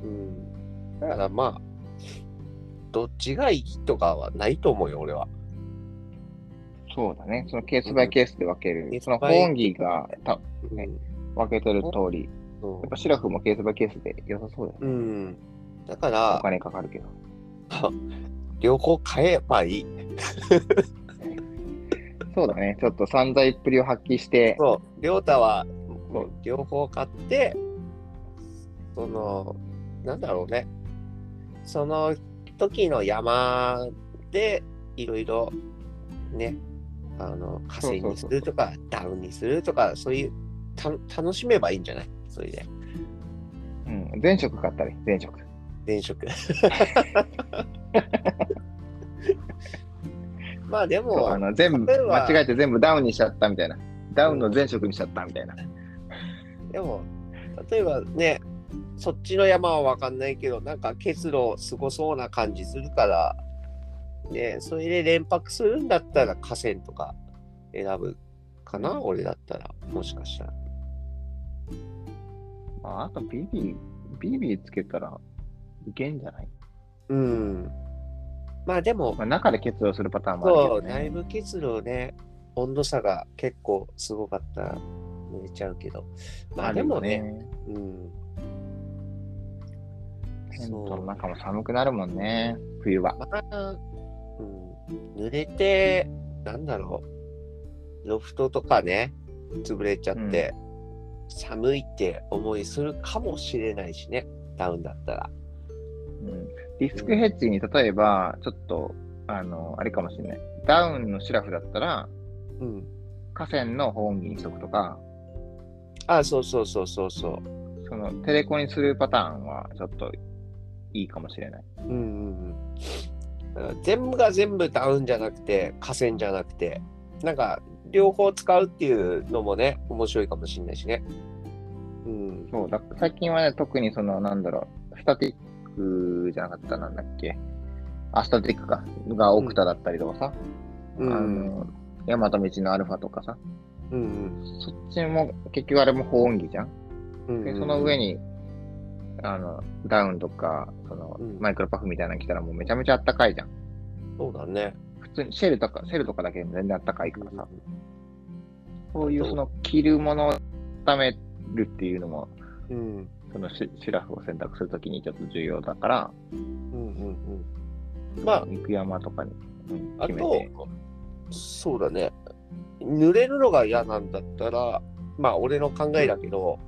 Speaker 2: うん。だからまあ、どっちがいいとかはないと思うよ、俺は。
Speaker 1: そうだね。そのケースバイケースで分け
Speaker 2: ケー
Speaker 1: る。
Speaker 2: ス
Speaker 1: その
Speaker 2: バイ
Speaker 1: 本義がたね分けてる通り、や
Speaker 2: うん
Speaker 1: っぱシラフもケースバイケースで良さそうだよね。
Speaker 2: うん。だか
Speaker 1: お
Speaker 2: ら、
Speaker 1: 金かかるけど。
Speaker 2: 両方買えばいい。
Speaker 1: そうだね。ちょっと散財っぷりを発揮して、
Speaker 2: そう、りょうたは
Speaker 1: そう
Speaker 2: 両方買って、その、なんだろうね、その時の山でいろいろね、あの、河川にするとか、ダウンにするとか、そういう、た楽しめばいいんじゃないそれで、
Speaker 1: うん、前職買ったり、前職。
Speaker 2: 前職。まあで
Speaker 1: そうあ
Speaker 2: も、
Speaker 1: の全部
Speaker 2: 例えば
Speaker 1: 間違えて全部ダウンにしちゃったみたいな。ダウンの前職にしちゃったみたいな。
Speaker 2: でも、例えばね、そっちの山は分かんないけど、なんか結露すごそうな感じするから、ね、それで連泊するんだったら河川とか選ぶかな、俺だったら、もしかしたら。
Speaker 1: まあ、あとビビ、ビビつけたらいけんじゃない、
Speaker 2: うん。まあでも
Speaker 1: ま、あ、中で結露するパターンもあ
Speaker 2: そう、
Speaker 1: るけど、
Speaker 2: だい
Speaker 1: ね。
Speaker 2: ぶ結露ね、温度差が結構すごかったら濡れちゃうけど、まあでもね、
Speaker 1: あるよね
Speaker 2: うん。
Speaker 1: テントの中も寒くなるもんね、冬は。
Speaker 2: まあ、うん、濡れて、なんだろう、ロフトとかね、潰れちゃって、寒いって思いするかもしれないしね、ダウンだったら。
Speaker 1: うんリスクヘッジに例えば、ちょっと、あの、あれかもしれない。ダウンのシラフだったら、
Speaker 2: うん。
Speaker 1: 河川の本義にしとくとか、
Speaker 2: あ、そうそうそうそうそう。
Speaker 1: そのテレコにするパターンはちょっといいかもしれない。
Speaker 2: うんうんうん。だから全部が全部ダウンじゃなくて、河川じゃなくて、なんか、両方使うっていうのもね、面白いかもしれないしね。うん。
Speaker 1: そうだ最近はね、特にその、なんだろう、スタティックじゃなかった、なんだっけ、あ、スタティックか、がオクタだったりとかさ、
Speaker 2: うん
Speaker 1: あの、ヤマト道のアルファとかさ、
Speaker 2: うん
Speaker 1: そっちも結局あれも保温着じゃん。
Speaker 2: うん。
Speaker 1: で、その上
Speaker 2: に。
Speaker 1: に、あの、ダウンとか、その
Speaker 2: うん、
Speaker 1: マイクロパフみたいなの着たらもうめちゃめちゃあったかいじゃん。
Speaker 2: そうだね。
Speaker 1: 普通にシェルとか、シェルとかだけでも全然あったかいからさ、そういう
Speaker 2: そう
Speaker 1: その着るものを温めるっていうのも、
Speaker 2: うん。
Speaker 1: そのシシラフを選択するときにちょっと重要だから、
Speaker 2: うんうんうん。まあ
Speaker 1: 肉山とかに、うん
Speaker 2: あ
Speaker 1: 決めて
Speaker 2: と、そうだね。濡れるのが嫌なんだったら、まあ、俺の考えだけど、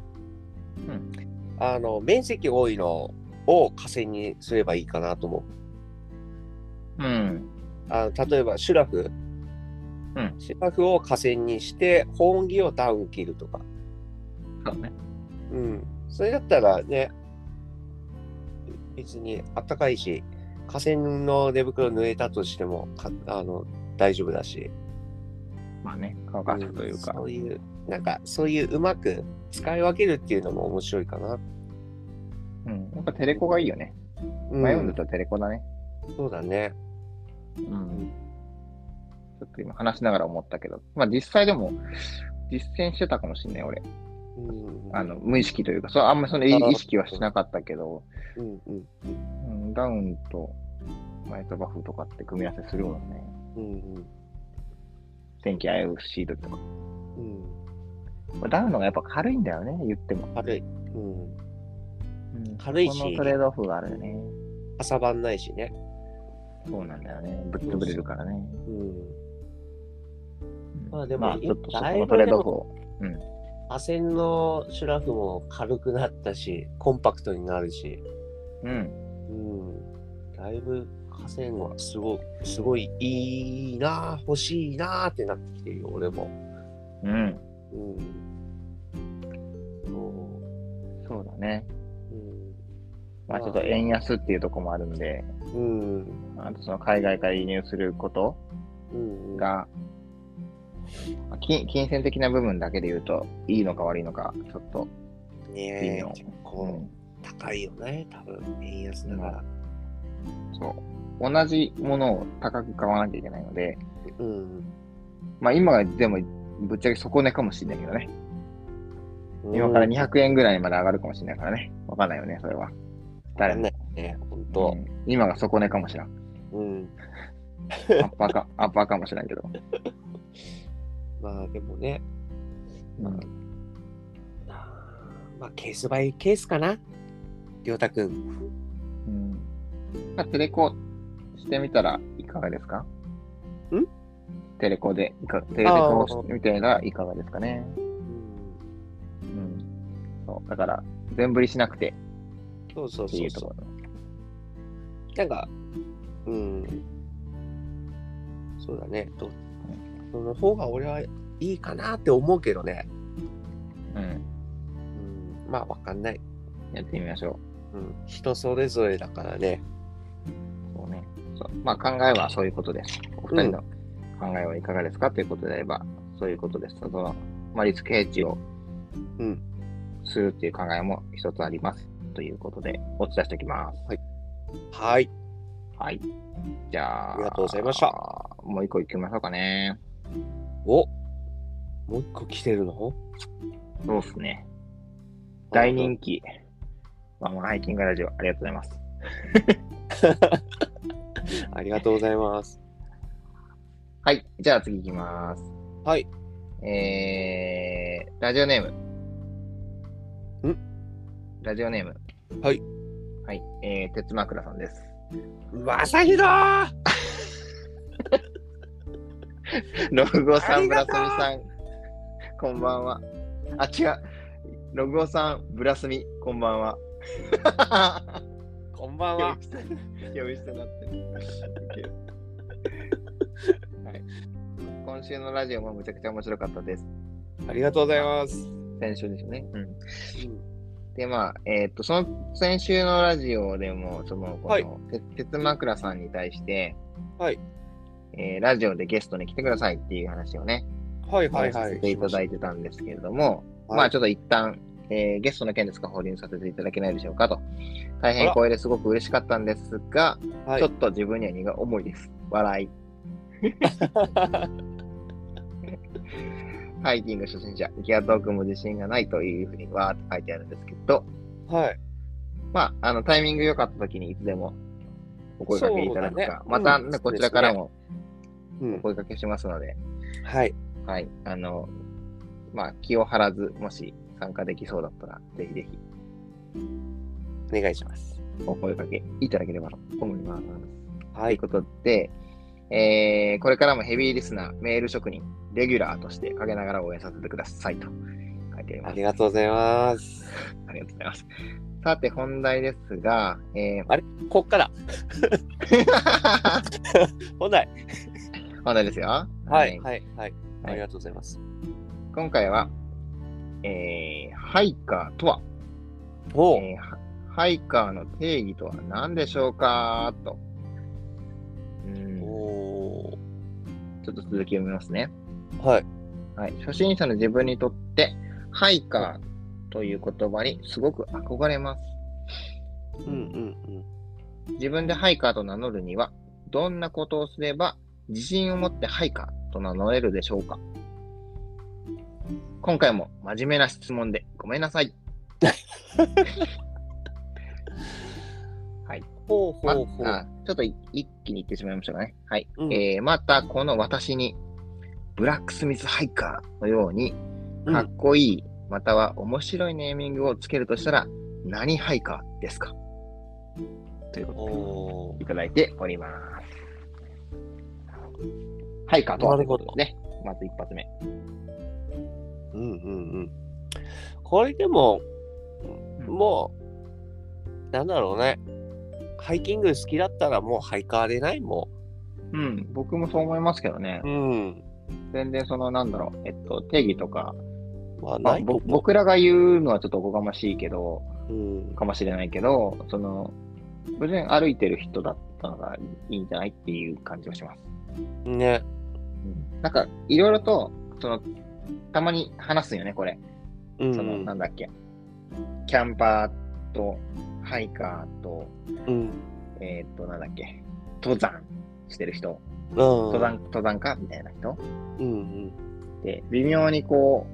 Speaker 1: ん
Speaker 2: あの、面積多いのを河川にすればいいかなと思う。
Speaker 1: うん。
Speaker 2: あの例えば、シュラフ。
Speaker 1: うん
Speaker 2: シュラフを河川にして、保温着をダウン着るとか。
Speaker 1: そうね。
Speaker 2: うん。それだったらね、別にあったかいし、河川の寝袋濡れたとしてもかあの大丈夫だし、
Speaker 1: まあね、乾かすというか
Speaker 2: ん。そういう、なんかそういううまく使い分けるっていうのも面白いかな。
Speaker 1: うん。やっぱテレコがいいよね。
Speaker 2: うん
Speaker 1: 迷うんだったらテレコだね。
Speaker 2: そうだね。
Speaker 1: うん。ちょっと今話しながら思ったけど、まあ実際でも、実践してたかもしんない、俺。
Speaker 2: うん
Speaker 1: あの、無意識というか、そうあんまりその意意識はしなかったけど、
Speaker 2: うんうん
Speaker 1: うん、ダウンとナイトバフとかって組み合わせするもんね。
Speaker 2: うんうん
Speaker 1: 天気危うしい時とか。
Speaker 2: うん
Speaker 1: ダウンの方がやっぱ軽いんだよね、言っても。
Speaker 2: 軽い。うん
Speaker 1: 軽
Speaker 2: 軽
Speaker 1: い
Speaker 2: い
Speaker 1: し。
Speaker 2: し
Speaker 1: このトレードオフがあるよね。
Speaker 2: かさばんないしね。
Speaker 1: そうなんだよね。ぶっ潰れるからね。
Speaker 2: うん。
Speaker 1: うん
Speaker 2: まあでも
Speaker 1: まあ、ちょっとそこ
Speaker 2: だいぶ
Speaker 1: のトレードオフを。
Speaker 2: アセンのシュラフも軽くなったし、コンパクトになるし、
Speaker 1: うん。
Speaker 2: うん。だいぶ河川はすごい、すごいいいなあ、欲しいなあってなってきてるよ、俺も。
Speaker 1: うん。
Speaker 2: うん。そ
Speaker 1: そうだね。
Speaker 2: う。うん。
Speaker 1: まあちょっと円安っていうとこもあるんで、
Speaker 2: うん。
Speaker 1: あとその海外から輸入すること
Speaker 2: うん。
Speaker 1: が、金金銭的な部分だけで言うと、いいのか悪いのか、ちょっと微
Speaker 2: ねえ
Speaker 1: 妙、。
Speaker 2: 結構高いよね、多分。円安だから。
Speaker 1: そう。同じものを高く買わなきゃいけないので、
Speaker 2: うん。
Speaker 1: まあ今がでもぶっちゃけ底値かもしれないけどね。今から200円ぐらいまで上がるかもしれないからね。わかんないよね、それは。誰も。
Speaker 2: ね。ね、ほんと
Speaker 1: う。ん今が底値かもしれん。
Speaker 2: うん。
Speaker 1: アッパ ーか、アッパーかもしれんけど。
Speaker 2: まあでもね、
Speaker 1: うん
Speaker 2: まあケースバイケースかな。りょうたくん。
Speaker 1: うん。まあテレコしてみたらいかがですかんテレコでいか、テレコをしてみたらいかがですかね。うん。そう。だから、全振りしなくて
Speaker 2: そうそう
Speaker 1: って
Speaker 2: そ
Speaker 1: いううと
Speaker 2: そ
Speaker 1: ころ。
Speaker 2: う。なんか、うん。そうだね。とその方が俺はいいかなって思うけどね。
Speaker 1: うん。
Speaker 2: うん、まあわかんない、
Speaker 1: やってみましょ
Speaker 2: うん。人それぞれだからね。
Speaker 1: う。そうね。そう。まあ考えはそういうことです。お二人の考えはいかがですかということであれば、そういうことです。その、まあ、リスクヘッジを
Speaker 2: うん。
Speaker 1: するっていう考えも一つあります。ということで、お伝えしておきます。
Speaker 2: はい。
Speaker 1: はい。じゃあ、
Speaker 2: ありがとうございました。
Speaker 1: もう一個行きましょうかね。
Speaker 2: おもう一個来てるの
Speaker 1: そうですね。大人気。ママハイキングラジオ、ありがとうございます。
Speaker 2: ありがとうございます。
Speaker 1: はい。じゃあ次行きます。
Speaker 2: はい。
Speaker 1: えー、ラジオネーム。
Speaker 2: ん
Speaker 1: ラジオネーム。
Speaker 2: はい。
Speaker 1: はい。えー、鉄枕さんです。
Speaker 2: まさひろー
Speaker 1: ログオさん、ブラスミさん、こんばんは。あ、違う。ログオさん、ブラスミ、こんばんは。
Speaker 2: こんばん
Speaker 1: 呼
Speaker 2: は。
Speaker 1: び捨て呼び捨てになってる。はい、今週のラジオもむちゃくちゃ面白かったです。
Speaker 2: ありがとうございます。
Speaker 1: 先週ですね。うん、で、まあ、えーっと、その先週のラジオでも、その、この、
Speaker 2: はい
Speaker 1: て鉄枕さんに対して、
Speaker 2: はい。
Speaker 1: えーラジオでゲストに来てくださいっていう話をね、
Speaker 2: はいはい
Speaker 1: さ
Speaker 2: は
Speaker 1: せ
Speaker 2: い。
Speaker 1: ていただいてたんですけれども、
Speaker 2: はい
Speaker 1: まあちょっと一旦、えーゲストの件ですか保留にさせていただけないでしょうかと。大変光栄ですごく嬉しかったんですが、
Speaker 2: はい
Speaker 1: ちょっと自分には荷が重いです。笑い。ハイキング初心者、ギアトークも自信がないというふうにわーって書いてあるんですけど、
Speaker 2: はい。
Speaker 1: まあ、あのタイミング良かった時にいつでもお声掛けいただくか、
Speaker 2: そうだね
Speaker 1: また、
Speaker 2: うん
Speaker 1: ねこちらからも
Speaker 2: うん
Speaker 1: お声掛けしますので、
Speaker 2: はい。
Speaker 1: はい、あの、まあ、気を張らず、もし参加できそうだったら、ぜひぜひ
Speaker 2: お願いします。
Speaker 1: お声掛けいただければと思います。
Speaker 2: は
Speaker 1: という
Speaker 2: い。
Speaker 1: ことで、えーこれからもヘビーリスナー、メール職人、レギュラーとして陰ながら応援させてくださいと書いてありま
Speaker 2: あ
Speaker 1: す。
Speaker 2: りがとうございます。
Speaker 1: ありがとうございます。さて、本題ですが、えー
Speaker 2: こっ から。本題。
Speaker 1: 本題ですよ。
Speaker 2: はい。はい。はい。
Speaker 1: は
Speaker 2: あ
Speaker 1: い
Speaker 2: りがとうございます。
Speaker 1: 今回は、えーハイカーとは、
Speaker 2: おう
Speaker 1: えーはハイカーの定義とは何でしょうかと。うん、ちょ
Speaker 2: おー
Speaker 1: っと続き読みますね。
Speaker 2: はい。
Speaker 1: はい、初心者の自分にとって、ハイカーという言葉にすごく憧れます。
Speaker 2: うんうん
Speaker 1: 自分でハイカーと名乗るには、どんなことをすれば自信を持ってハイカーと名乗れるでしょうか今回も真面目な質問でごめんなさい。
Speaker 2: うん。ほうほ
Speaker 1: ま、
Speaker 2: うほう。
Speaker 1: あちょっとい一気に言ってしまいましたかね。はい。
Speaker 2: うん
Speaker 1: えーまたこの私に、ブラックスミスハイカーのように、
Speaker 2: うん
Speaker 1: かっこいい、または面白いネーミングをつけるとしたら、何ハイカーですかということで。
Speaker 2: おー
Speaker 1: いただいております。はいかとは
Speaker 2: なるほど
Speaker 1: ということですね。まず一発目。
Speaker 2: うんうんうん。これでも、もう、なんだろうね。ハイキング好きだったらもうハイカーでないも
Speaker 1: うん、僕もそう思いますけどね
Speaker 2: う。。うん。
Speaker 1: 全然その、なんだろう、えっと、定義とか、
Speaker 2: まあ
Speaker 1: ま
Speaker 2: な
Speaker 1: あ、
Speaker 2: いと
Speaker 1: ぼ
Speaker 2: 思う
Speaker 1: 僕らが言うのはちょっとおこがましいけど、
Speaker 2: うん。
Speaker 1: かもしれないけど、その、無然歩いてる人だったのがいいんじゃないっていう感じがします。
Speaker 2: ね。
Speaker 1: うん、なんか、いろいろと、その、たまに話すよね、これ。
Speaker 2: うん
Speaker 1: その、なんだっけ、キャンパーと、ハイカーと、
Speaker 2: うん。
Speaker 1: えーっと、なんだっけ、登山してる人、
Speaker 2: 登
Speaker 1: 登山、。登山家みたいな人
Speaker 2: うん
Speaker 1: で、微妙にこ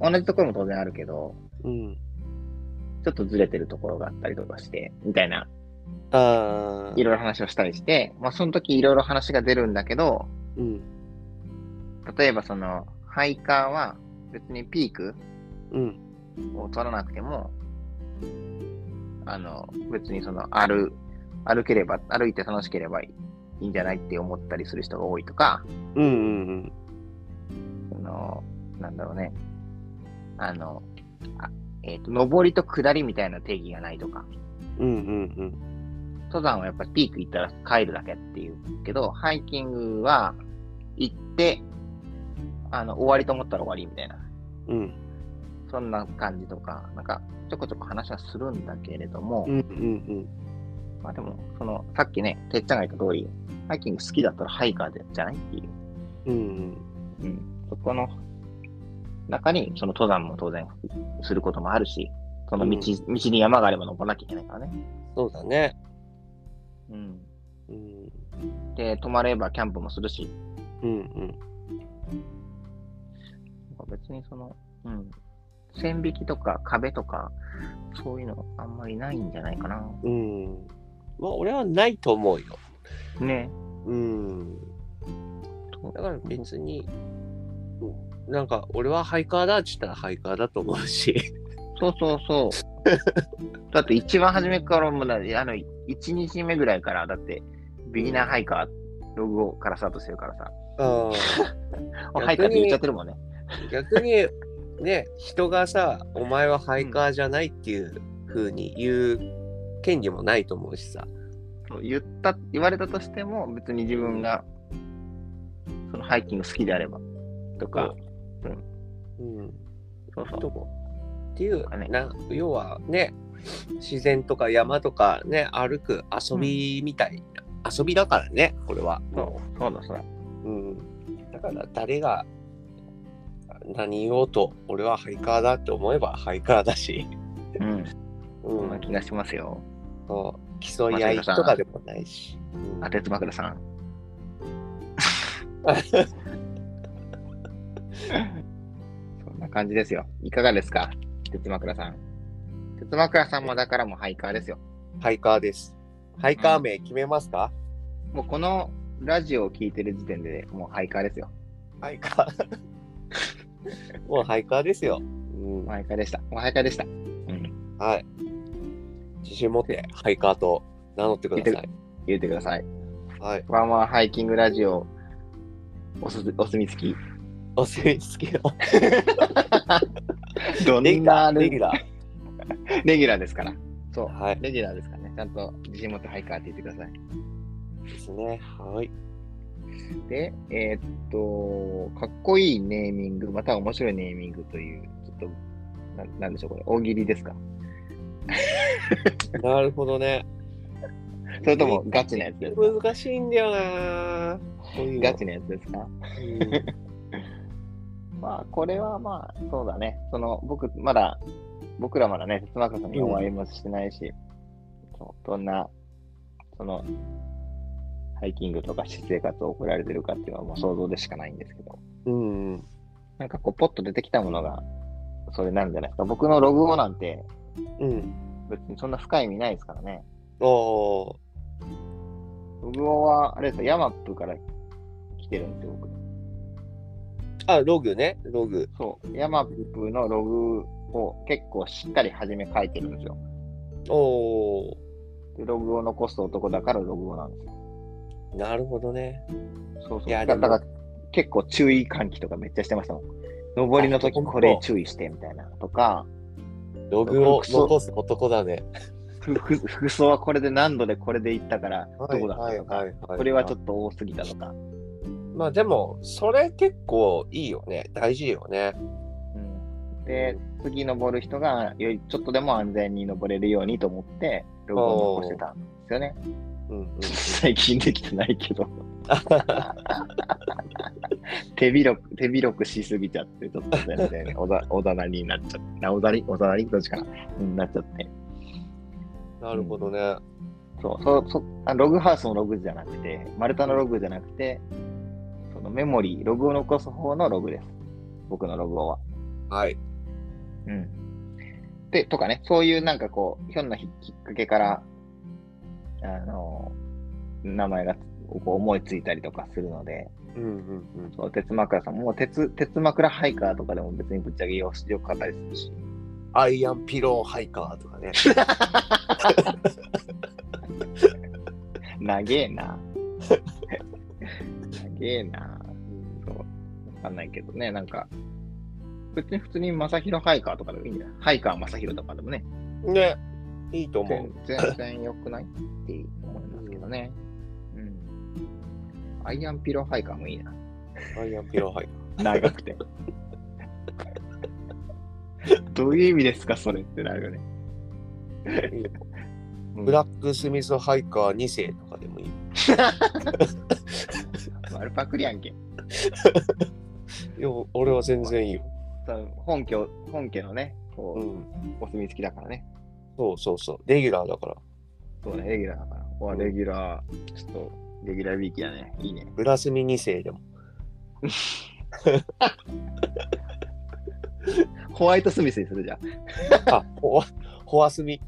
Speaker 1: う、同じところも当然あるけど、
Speaker 2: うん。うん。
Speaker 1: ちょっとずれてるところがあったりとかして、みたいな、
Speaker 2: ああ。
Speaker 1: いろいろ話をしたりして、まあ、その時いろいろ話が出るんだけど、
Speaker 2: うん。
Speaker 1: 例えばその、ハイカーは別にピーク
Speaker 2: うん。
Speaker 1: を取らなくても、あの、別にその、歩、歩ければ、歩いて楽しければいいんじゃないって思ったりする人が多いとか、
Speaker 2: うんうんうん。
Speaker 1: その、なんだろうね、あの、あえっ、と、上りと下りみたいな定義がないとか、
Speaker 2: うんうん
Speaker 1: 登山はやっぱピーク行ったら帰るだけっていうけど、ハイキングは行って、あの、終わりと思ったら終わりみたいな、
Speaker 2: うん。うん
Speaker 1: そんな感じとか、なんか、ちょこちょこ話はするんだけれども、
Speaker 2: うんうん
Speaker 1: まあでも、その、さっきね、てっちゃんが言った通り、ハイキング好きだったらハイカーでじゃないっていう。
Speaker 2: うんうん
Speaker 1: うん。そこの中に、その登山も当然することもあるし、その道、道に山があれば登らなきゃいけないからね。
Speaker 2: そうだね
Speaker 1: うん。
Speaker 2: うん
Speaker 1: で、泊まればキャンプもするし、
Speaker 2: うんうん
Speaker 1: なんか別にその、うん。線引きとか壁とか、そういうのあんまりないんじゃないかな。
Speaker 2: うんまあ俺はないと思うよ
Speaker 1: ね。
Speaker 2: うんだから別にうんなんか俺はハイカーだっつったらハイカーだと思うし
Speaker 1: そうそう そう。だって一番初めからもうだ、あの、1日目ぐらいから、だって、ビギナーハイカー、ログ5からスタートしてるからさ、
Speaker 2: あ逆に
Speaker 1: ハイカーって言っちゃってるもんね。
Speaker 2: ー 逆にね人がさお前はハイカーじゃないっていう風に言う権利もないと思うしさ
Speaker 1: そう言った、言われたとしても、別に自分が、そのハイキング好きであれば、とか、
Speaker 2: うん
Speaker 1: そうそ
Speaker 2: と
Speaker 1: う。
Speaker 2: もっていう
Speaker 1: かね
Speaker 2: な要はね自然とか山とかね歩く遊びみたいな、遊びだからねこれは
Speaker 1: そう、そうだ、そうだ。
Speaker 2: うん、だから誰が何言おうと俺はハイカーだって思えばハイカーだし、
Speaker 1: うん、
Speaker 2: う、
Speaker 1: そんなん気がしますよ。
Speaker 2: そう競い合いとかでもないし、うん
Speaker 1: あ、鉄枕さん。そんな感じですよ。いかがですか鉄枕さん。鉄枕さんもだからもうハイカーですよ。
Speaker 2: ハイカーですハイカー名決めますか、
Speaker 1: もうこのラジオを聞いてる時点でもうハイカーですよ。
Speaker 2: ハイカーもうハイカーですよ、うん
Speaker 1: もうハイカーでした。もうハイカーでした。うん。
Speaker 2: はい。自信持ってハイカーと名乗ってください。
Speaker 1: 言ってください。
Speaker 2: はい。
Speaker 1: ワンワンハイキングラジオ、おすお墨付き。
Speaker 2: お墨付きの
Speaker 1: ど
Speaker 2: レギュラー。
Speaker 1: レ
Speaker 2: レ
Speaker 1: ギ
Speaker 2: ギ
Speaker 1: ュ
Speaker 2: ュ
Speaker 1: ラ
Speaker 2: ラ
Speaker 1: ー。レギュラーですから。そう。
Speaker 2: ー。はい。
Speaker 1: レギュラーですからね。ちゃんと自信持ってハイカーって言ってください。
Speaker 2: ですね。はい。
Speaker 1: で、えーっと、かっこいいネーミング、または面白いネーミングという、ちょっと、ななんでしょう、これ、大喜利ですか
Speaker 2: なるほどね。
Speaker 1: それともガチなやつですか
Speaker 2: 難しいんだよなこういうの
Speaker 1: ガチなやつですか
Speaker 2: うん
Speaker 1: まあ、これはまあ、そうだね。その、僕、まだ、僕らまだね、哲学さんにお会いもしてないし、そうどんな、その、ハイキングとか私生活を送られてるかっていうのはもう想像でしかないんですけど、
Speaker 2: うん。
Speaker 1: なんかこう、ポッと出てきたものが、それなんじゃないですか。僕のログをなんて、
Speaker 2: うん。
Speaker 1: 別にそんな深い意味ないですからね。
Speaker 2: おー
Speaker 1: ログオは、あれですよ、ヤマップから来てるんですよ、僕。
Speaker 2: あ、ログね。ログ。
Speaker 1: そう。ヤマップのログを結構しっかり初め書いてるんですよ。
Speaker 2: おー
Speaker 1: でログを残す男だからログをなんですよ。
Speaker 2: なるほどね。
Speaker 1: そうそう。
Speaker 2: いや
Speaker 1: だ
Speaker 2: でも
Speaker 1: だから結構注意喚起とかめっちゃしてましたもん。上りの時
Speaker 2: あ本当
Speaker 1: これ注意してみたいなとか、
Speaker 2: ログを残す男だね。
Speaker 1: ふふ服装はこれで何度でこれで行ったからどこだったとか、
Speaker 2: い
Speaker 1: これはちょ
Speaker 2: っ
Speaker 1: っと多すぎたとか。
Speaker 2: と。まあでも、それ結構いいよね。大事よね。
Speaker 1: うんで、次登る人がよりちょっとでも安全に登れるようにと思って、ログを残してたんですよね。
Speaker 2: うんうん。
Speaker 1: 最近できてないけ ど。手広く、手広くしすぎちゃって、ちょっと全然、おだ、おだなりになっちゃって、なおだり、おだなりどっちかな、うん、なっちゃって。
Speaker 2: なるほどね。
Speaker 1: そう、そう、そあログハウスのログじゃなくて、丸太のログじゃなくて、そのメモリー、ログを残す方のログです。僕のログは。
Speaker 2: はい。
Speaker 1: うん。で、とかね、そういうなんかこう、ひょんなきっかけから、あの、名前がこう思いついたりとかするので、
Speaker 2: うんうんうん。
Speaker 1: そう鉄枕さんも、鉄、鉄枕ハイカーとかでも別にぶっちゃけよしよかったりするし。
Speaker 2: アイアンピローハイカーとかね。
Speaker 1: 長えな。長えな。そう。わかんないけどね、なんか、別に普通にマサヒロハイカーとかでもいいんだよ。ハイカーマサヒロとかでもね、
Speaker 2: ね。いいと思う
Speaker 1: 全。全然良くないって思いますけどね。うん。アイアンピローハイカーもいいな。
Speaker 2: アイアンピローハイ
Speaker 1: 長く て。どういう意味ですか、それってなるよね。
Speaker 2: カーいいよ。
Speaker 1: うん
Speaker 2: ブラックスミスハイカー2世とかでもいい。
Speaker 1: 丸パクリやんけ。
Speaker 2: いや俺は全然いいよ。
Speaker 1: その本家を本家のね、こ
Speaker 2: う
Speaker 1: う、
Speaker 2: ん。
Speaker 1: お墨付きだからね。
Speaker 2: そうそうそう。レギュラーだから。
Speaker 1: そうね、レギュラーだから。うわ、レギュラー、ちょっと、レギュラービーキだね。いいね。
Speaker 2: ブラスミ2 世でも。
Speaker 1: ホワイトスミスにするじゃん。
Speaker 2: あ、ホワ、ホワスミ。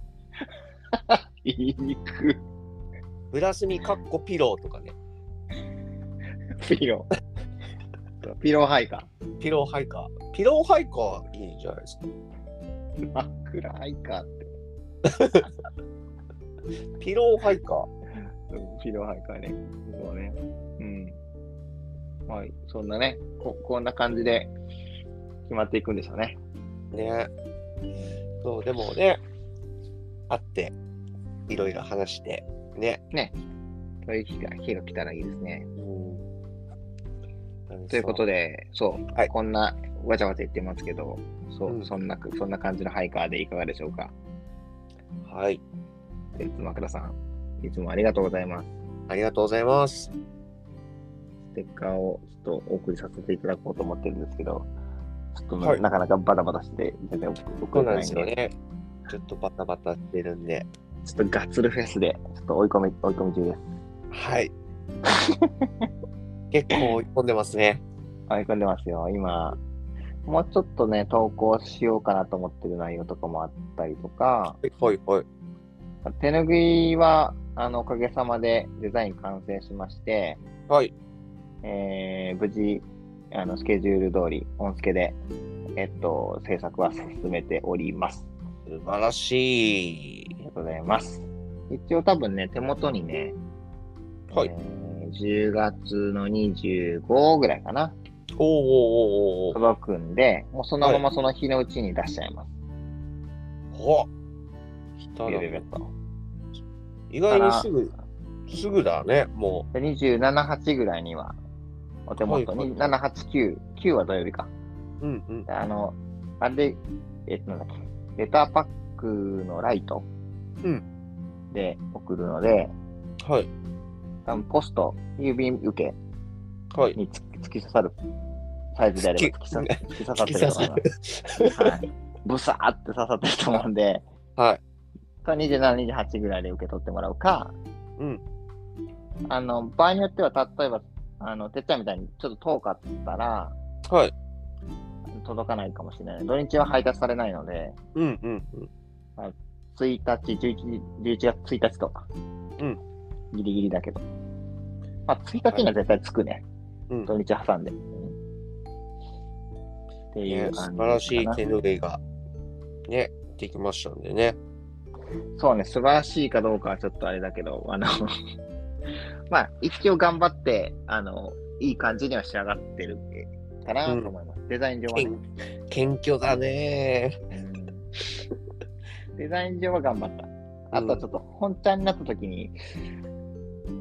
Speaker 1: 言いにくい。
Speaker 2: ブラスミカッコピローとかね。
Speaker 1: ピロ ー。そうピローハイカ
Speaker 2: ピローハイカー。ピローハイカーいいじゃないですか。
Speaker 1: ー。枕ハイカーって。
Speaker 2: ピローハイカー。
Speaker 1: うんピローハイカーね。そうね。うん。はい。そんなね、ここんな感じで決まっていくんでしょうね。
Speaker 2: ね。そう、でもね、会って、いろいろ話して、ね。
Speaker 1: そういう日が、日が来たらいいですね。
Speaker 2: うん。
Speaker 1: ということで、そう、
Speaker 2: はい
Speaker 1: こんなわちゃわちゃ言ってますけど、そう、
Speaker 2: うん
Speaker 1: そんな、そんな感じのハイカーでいかがでしょうか。
Speaker 2: そう。はい。
Speaker 1: えつまくらさん、いつもありがとうございます。
Speaker 2: ありがとうございます。
Speaker 1: ステッカーをちょっとお送りさせていただこうと思ってるんですけど、ちょっとな,、
Speaker 2: はい
Speaker 1: なかなかバタバタして、全然送
Speaker 2: そ
Speaker 1: 送れて
Speaker 2: うなん
Speaker 1: な
Speaker 2: で
Speaker 1: いん
Speaker 2: す
Speaker 1: で、
Speaker 2: よね。ちょっとバタバタしてるんで。
Speaker 1: ちょっとガッツルフェスで、ちょっと追い込み、追い込み中です。
Speaker 2: はい。結構追い込んでますね。
Speaker 1: 追い込んでますよ、今。もうちょっとね、投稿しようかなと思ってる内容とかもあったりとか、
Speaker 2: はいはいはい。
Speaker 1: 手ぬぐいは、あの、おかげさまでデザイン完成しまして、
Speaker 2: はい。
Speaker 1: えー無事、あの、スケジュール通り、オンスケで、えっと、制作は進めております。
Speaker 2: 素晴らしい
Speaker 1: あり。がとうございます。一応多分ね、手元にね、
Speaker 2: はい。
Speaker 1: えー10月の25ぐらいかな、
Speaker 2: おおおーおーおー
Speaker 1: 届くんで、もうそのままその日のうちに出しちゃいます。
Speaker 2: おー。はしたら
Speaker 1: ゆるゆるっと
Speaker 2: 意外にすぐ、すぐだね、も
Speaker 1: で27、8ぐらいには、お手元
Speaker 2: はい
Speaker 1: に、
Speaker 2: はい
Speaker 1: 7、8、9、9は土曜日か。
Speaker 2: う。うんうん。
Speaker 1: あの、あれで、えっと、なんだっけ、レターパックのライト
Speaker 2: う
Speaker 1: で送るので、
Speaker 2: はい。
Speaker 1: 多分ポスト、郵便受け
Speaker 2: はい。
Speaker 1: につ突き刺さるサイズであれば突き刺突き刺さってると思います。はい、ブサーって刺さってると思うんで、
Speaker 2: はい。
Speaker 1: か27、28ぐらいで受け取ってもらうか、
Speaker 2: うん。
Speaker 1: あの場合によっては、例えば、あのてっちゃんみたいにちょっと遠かったら、
Speaker 2: はい。
Speaker 1: 届かないかもしれない。土日は配達されないので、
Speaker 2: うんうんうん。
Speaker 1: 1日、11, 11月1日とか、
Speaker 2: うん
Speaker 1: ギリギリだけど、まあ、1日には絶対着くね、
Speaker 2: うん
Speaker 1: 土日挟んで。うんって
Speaker 2: い
Speaker 1: い
Speaker 2: や
Speaker 1: う
Speaker 2: 素
Speaker 1: 感じ
Speaker 2: 晴らし
Speaker 1: かない
Speaker 2: 手ぬぐいが、ね、できましたんでね。
Speaker 1: そうね、素晴らしいかどうかはちょっとあれだけど、あの、 まあ、一応頑張って、あの、いい感じには仕上がってるかなと思います。デザイン上はね。
Speaker 2: 謙謙虚だね。
Speaker 1: うんデザイン上は頑張った。あとはちょっと本ちゃんになった時に、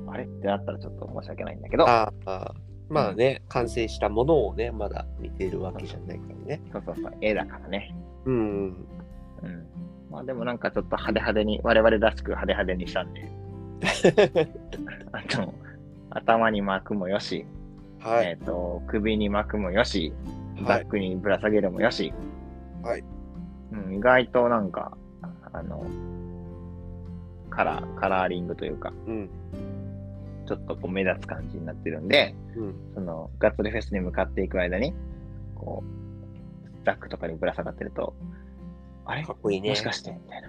Speaker 1: あれってなったらちょっと申し訳ないんだけど、
Speaker 2: ああ、まあね、完成したものをね、まだ見てるわけじゃないからね。
Speaker 1: そうそうそう、絵だからね。
Speaker 2: うん。
Speaker 1: うん。まあでもなんかちょっと派手派手に、我々らしく派手派手にしたんで、あと、頭に巻くもよし、
Speaker 2: はい。
Speaker 1: えっ、と、首に巻くもよし、
Speaker 2: は
Speaker 1: バッ
Speaker 2: い。
Speaker 1: グにぶら下げるもよし、
Speaker 2: はい
Speaker 1: うん、意外となんか、あの、カラー、カラーリングというか、
Speaker 2: うん。
Speaker 1: ちょっとこう目立つ感じになってるんで、
Speaker 2: うん。
Speaker 1: その、ガッツリフェスに向かっていく間に、こう、ザックとかにぶら下がってると、あれ
Speaker 2: かっこいいね
Speaker 1: もし。かしてみたいな。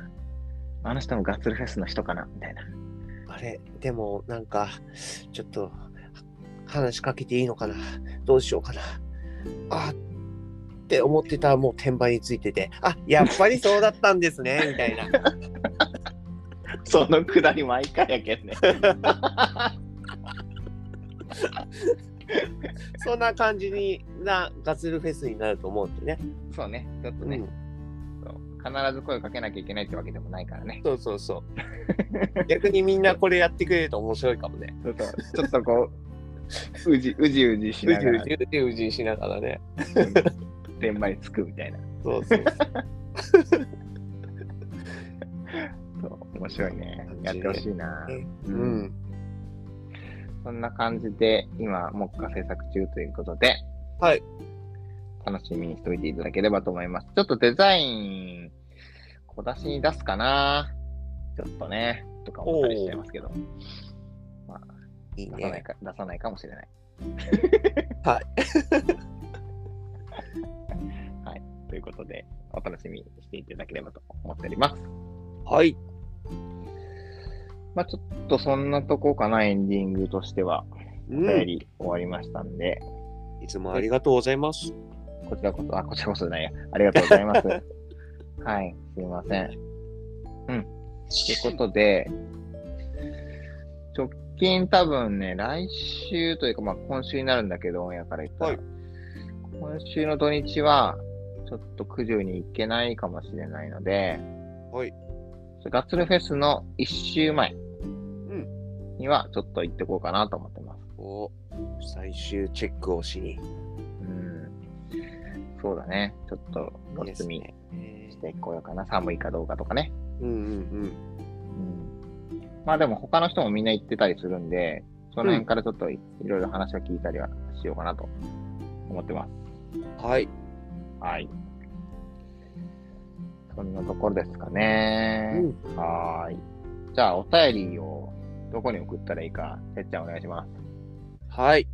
Speaker 1: あの人もガッツリフェスの人かなみたいな。
Speaker 2: あれ、でもなんか、ちょっと、話しかけていいのかなどうしようかなあって思ってたらもう転売についてて、あやっぱりそうだったんです ね、みたいな。
Speaker 1: そのくだり毎回やけんね。
Speaker 2: そんな感じになガズルフェスになると思うんでね。
Speaker 1: そうね、ちょっとね、そう必ず声をかけなきゃいけないってわけでもないからね。
Speaker 2: そうそう そう。逆にみんなこれやってくれると面白いかもね。
Speaker 1: ちょっとちょっとこう、うじうじうじし
Speaker 2: う
Speaker 1: な
Speaker 2: じ
Speaker 1: が
Speaker 2: う
Speaker 1: ら
Speaker 2: じ、うじうじしながらね。
Speaker 1: 電場につくみたいな。
Speaker 2: そうそう
Speaker 1: そう面白いね。や
Speaker 2: 感
Speaker 1: ってほ
Speaker 2: じで
Speaker 1: しいな。
Speaker 2: ね
Speaker 1: う
Speaker 2: うんん。
Speaker 1: そんな感じで、今、目下制作中ということで、
Speaker 2: はい。
Speaker 1: 楽しみにしておいていただければと思います。ちょっとデザイン、小出しに出すかな。ちょっとね、とか思ったりしちゃいますけど、
Speaker 2: いい
Speaker 1: 出さない
Speaker 2: ね。
Speaker 1: か出さないかもしれない。
Speaker 2: はい。
Speaker 1: はい。ということで、お楽しみにしていただければと思っております。
Speaker 2: はい。
Speaker 1: まあ、ちょっとそんなとこかな、エンディングとしては。
Speaker 2: う
Speaker 1: お便
Speaker 2: ん、
Speaker 1: り終わりましたんで、
Speaker 2: いつもありがとうございます。
Speaker 1: こちらこそ、あ、こちらこそじゃないや。ありがとうござい ます。はい、すいません。ということで、直近多分ね、来週というか、まあ今週になるんだけど、オンエアから言ったら、
Speaker 2: はい
Speaker 1: 今週の土日は、ちょっと九十に行けないかもしれないので、
Speaker 2: はい
Speaker 1: ガッツルフェスの1週前
Speaker 2: ん
Speaker 1: にはちょっと行ってこうかなと思ってます。
Speaker 2: お最終チェックをしに。
Speaker 1: うん。そうだね。ちょっと、お
Speaker 2: いいで
Speaker 1: 休
Speaker 2: す
Speaker 1: み
Speaker 2: ねえ
Speaker 1: してこようかな。寒いかどうかとかね。
Speaker 2: ーうんうん
Speaker 1: まあでも他の人もみんな行ってたりするんで、その辺からちょっといいろいろ話を聞いたりはしようかなと思ってます。
Speaker 2: うん。はい。
Speaker 1: はい。そんなところですかね。
Speaker 2: うん
Speaker 1: はーい。じゃあお便りをどこに送ったらいいか、てっちゃんお願いします。
Speaker 2: はい。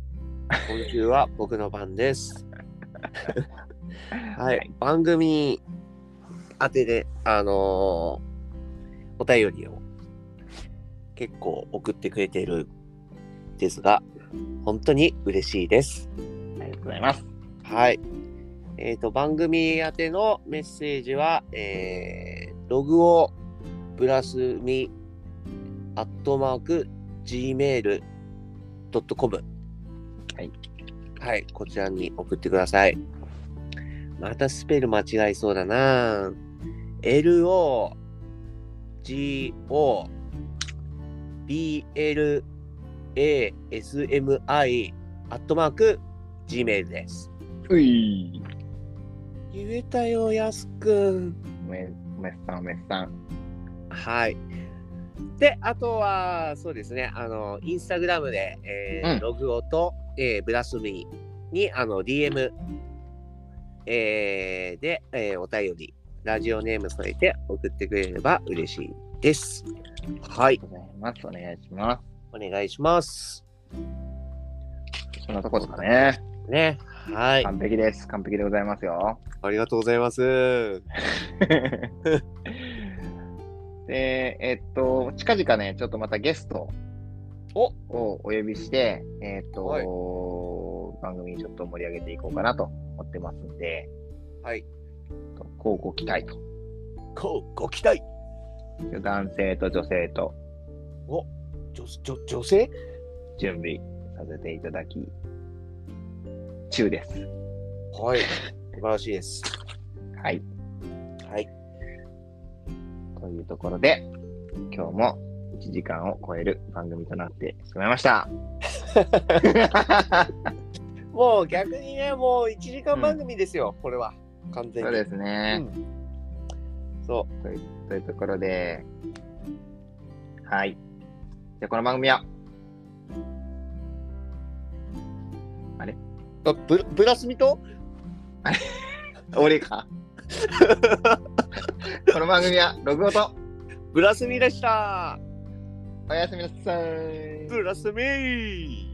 Speaker 2: 今週は僕の 番です。はい、番組宛てで、あのーお便りを結構送ってくれているんですが、本当に嬉しいです。
Speaker 1: ありがとうございます。
Speaker 2: はい。えっ、と、番組宛てのメッセージは、えー、ログをプラスミアットマーク gmail.com。
Speaker 1: はい。
Speaker 2: はい、こちらに送ってください。またスペル間違いそうだな LO、GO、BL、ASMI、アットマーク、Gmail です。
Speaker 1: うい
Speaker 2: 言えたよ、やすくん。
Speaker 1: めめっさん、めっさん。
Speaker 2: はい。で、あとは、そうですね、あの、インスタグラムで、えー
Speaker 1: うん
Speaker 2: ログオと、えーブラスミに、あの、DM、えーで、えーお便り、ラジオネーム添えて送ってくれれば嬉しいです。はい、
Speaker 1: ございます。お願いしま
Speaker 2: お願いします。
Speaker 1: す。そんなとこですかね。
Speaker 2: ね、はい、
Speaker 1: 完璧です。完璧でございますよ。
Speaker 2: ありがとうございます。
Speaker 1: で、えっと、近々ね、ちょっとまたゲスト
Speaker 2: お
Speaker 1: をお呼びして、えっと、
Speaker 2: は
Speaker 1: 番組ちょっと盛り上げていこうかなと思ってますんで、
Speaker 2: はい、
Speaker 1: こうご期待と。
Speaker 2: こうご期待
Speaker 1: 男性と女性と
Speaker 2: 女女女性
Speaker 1: 準備させていただき、中です。
Speaker 2: はい、素晴らしいです。
Speaker 1: はい。
Speaker 2: はい、
Speaker 1: というところで、今日も1時間を超える番組となってしまいま した。
Speaker 2: もう逆にね、もう1時間番組ですよ、これは。完全
Speaker 1: そ
Speaker 2: に。
Speaker 1: うですね。
Speaker 2: うんそう。
Speaker 1: というところで、はい。じゃあ、この番組は、
Speaker 2: あブラブラスミと
Speaker 1: 俺か。この番組は、ログオと、
Speaker 2: ブラスミでした。
Speaker 1: おやすみなさい。
Speaker 2: ブラスミ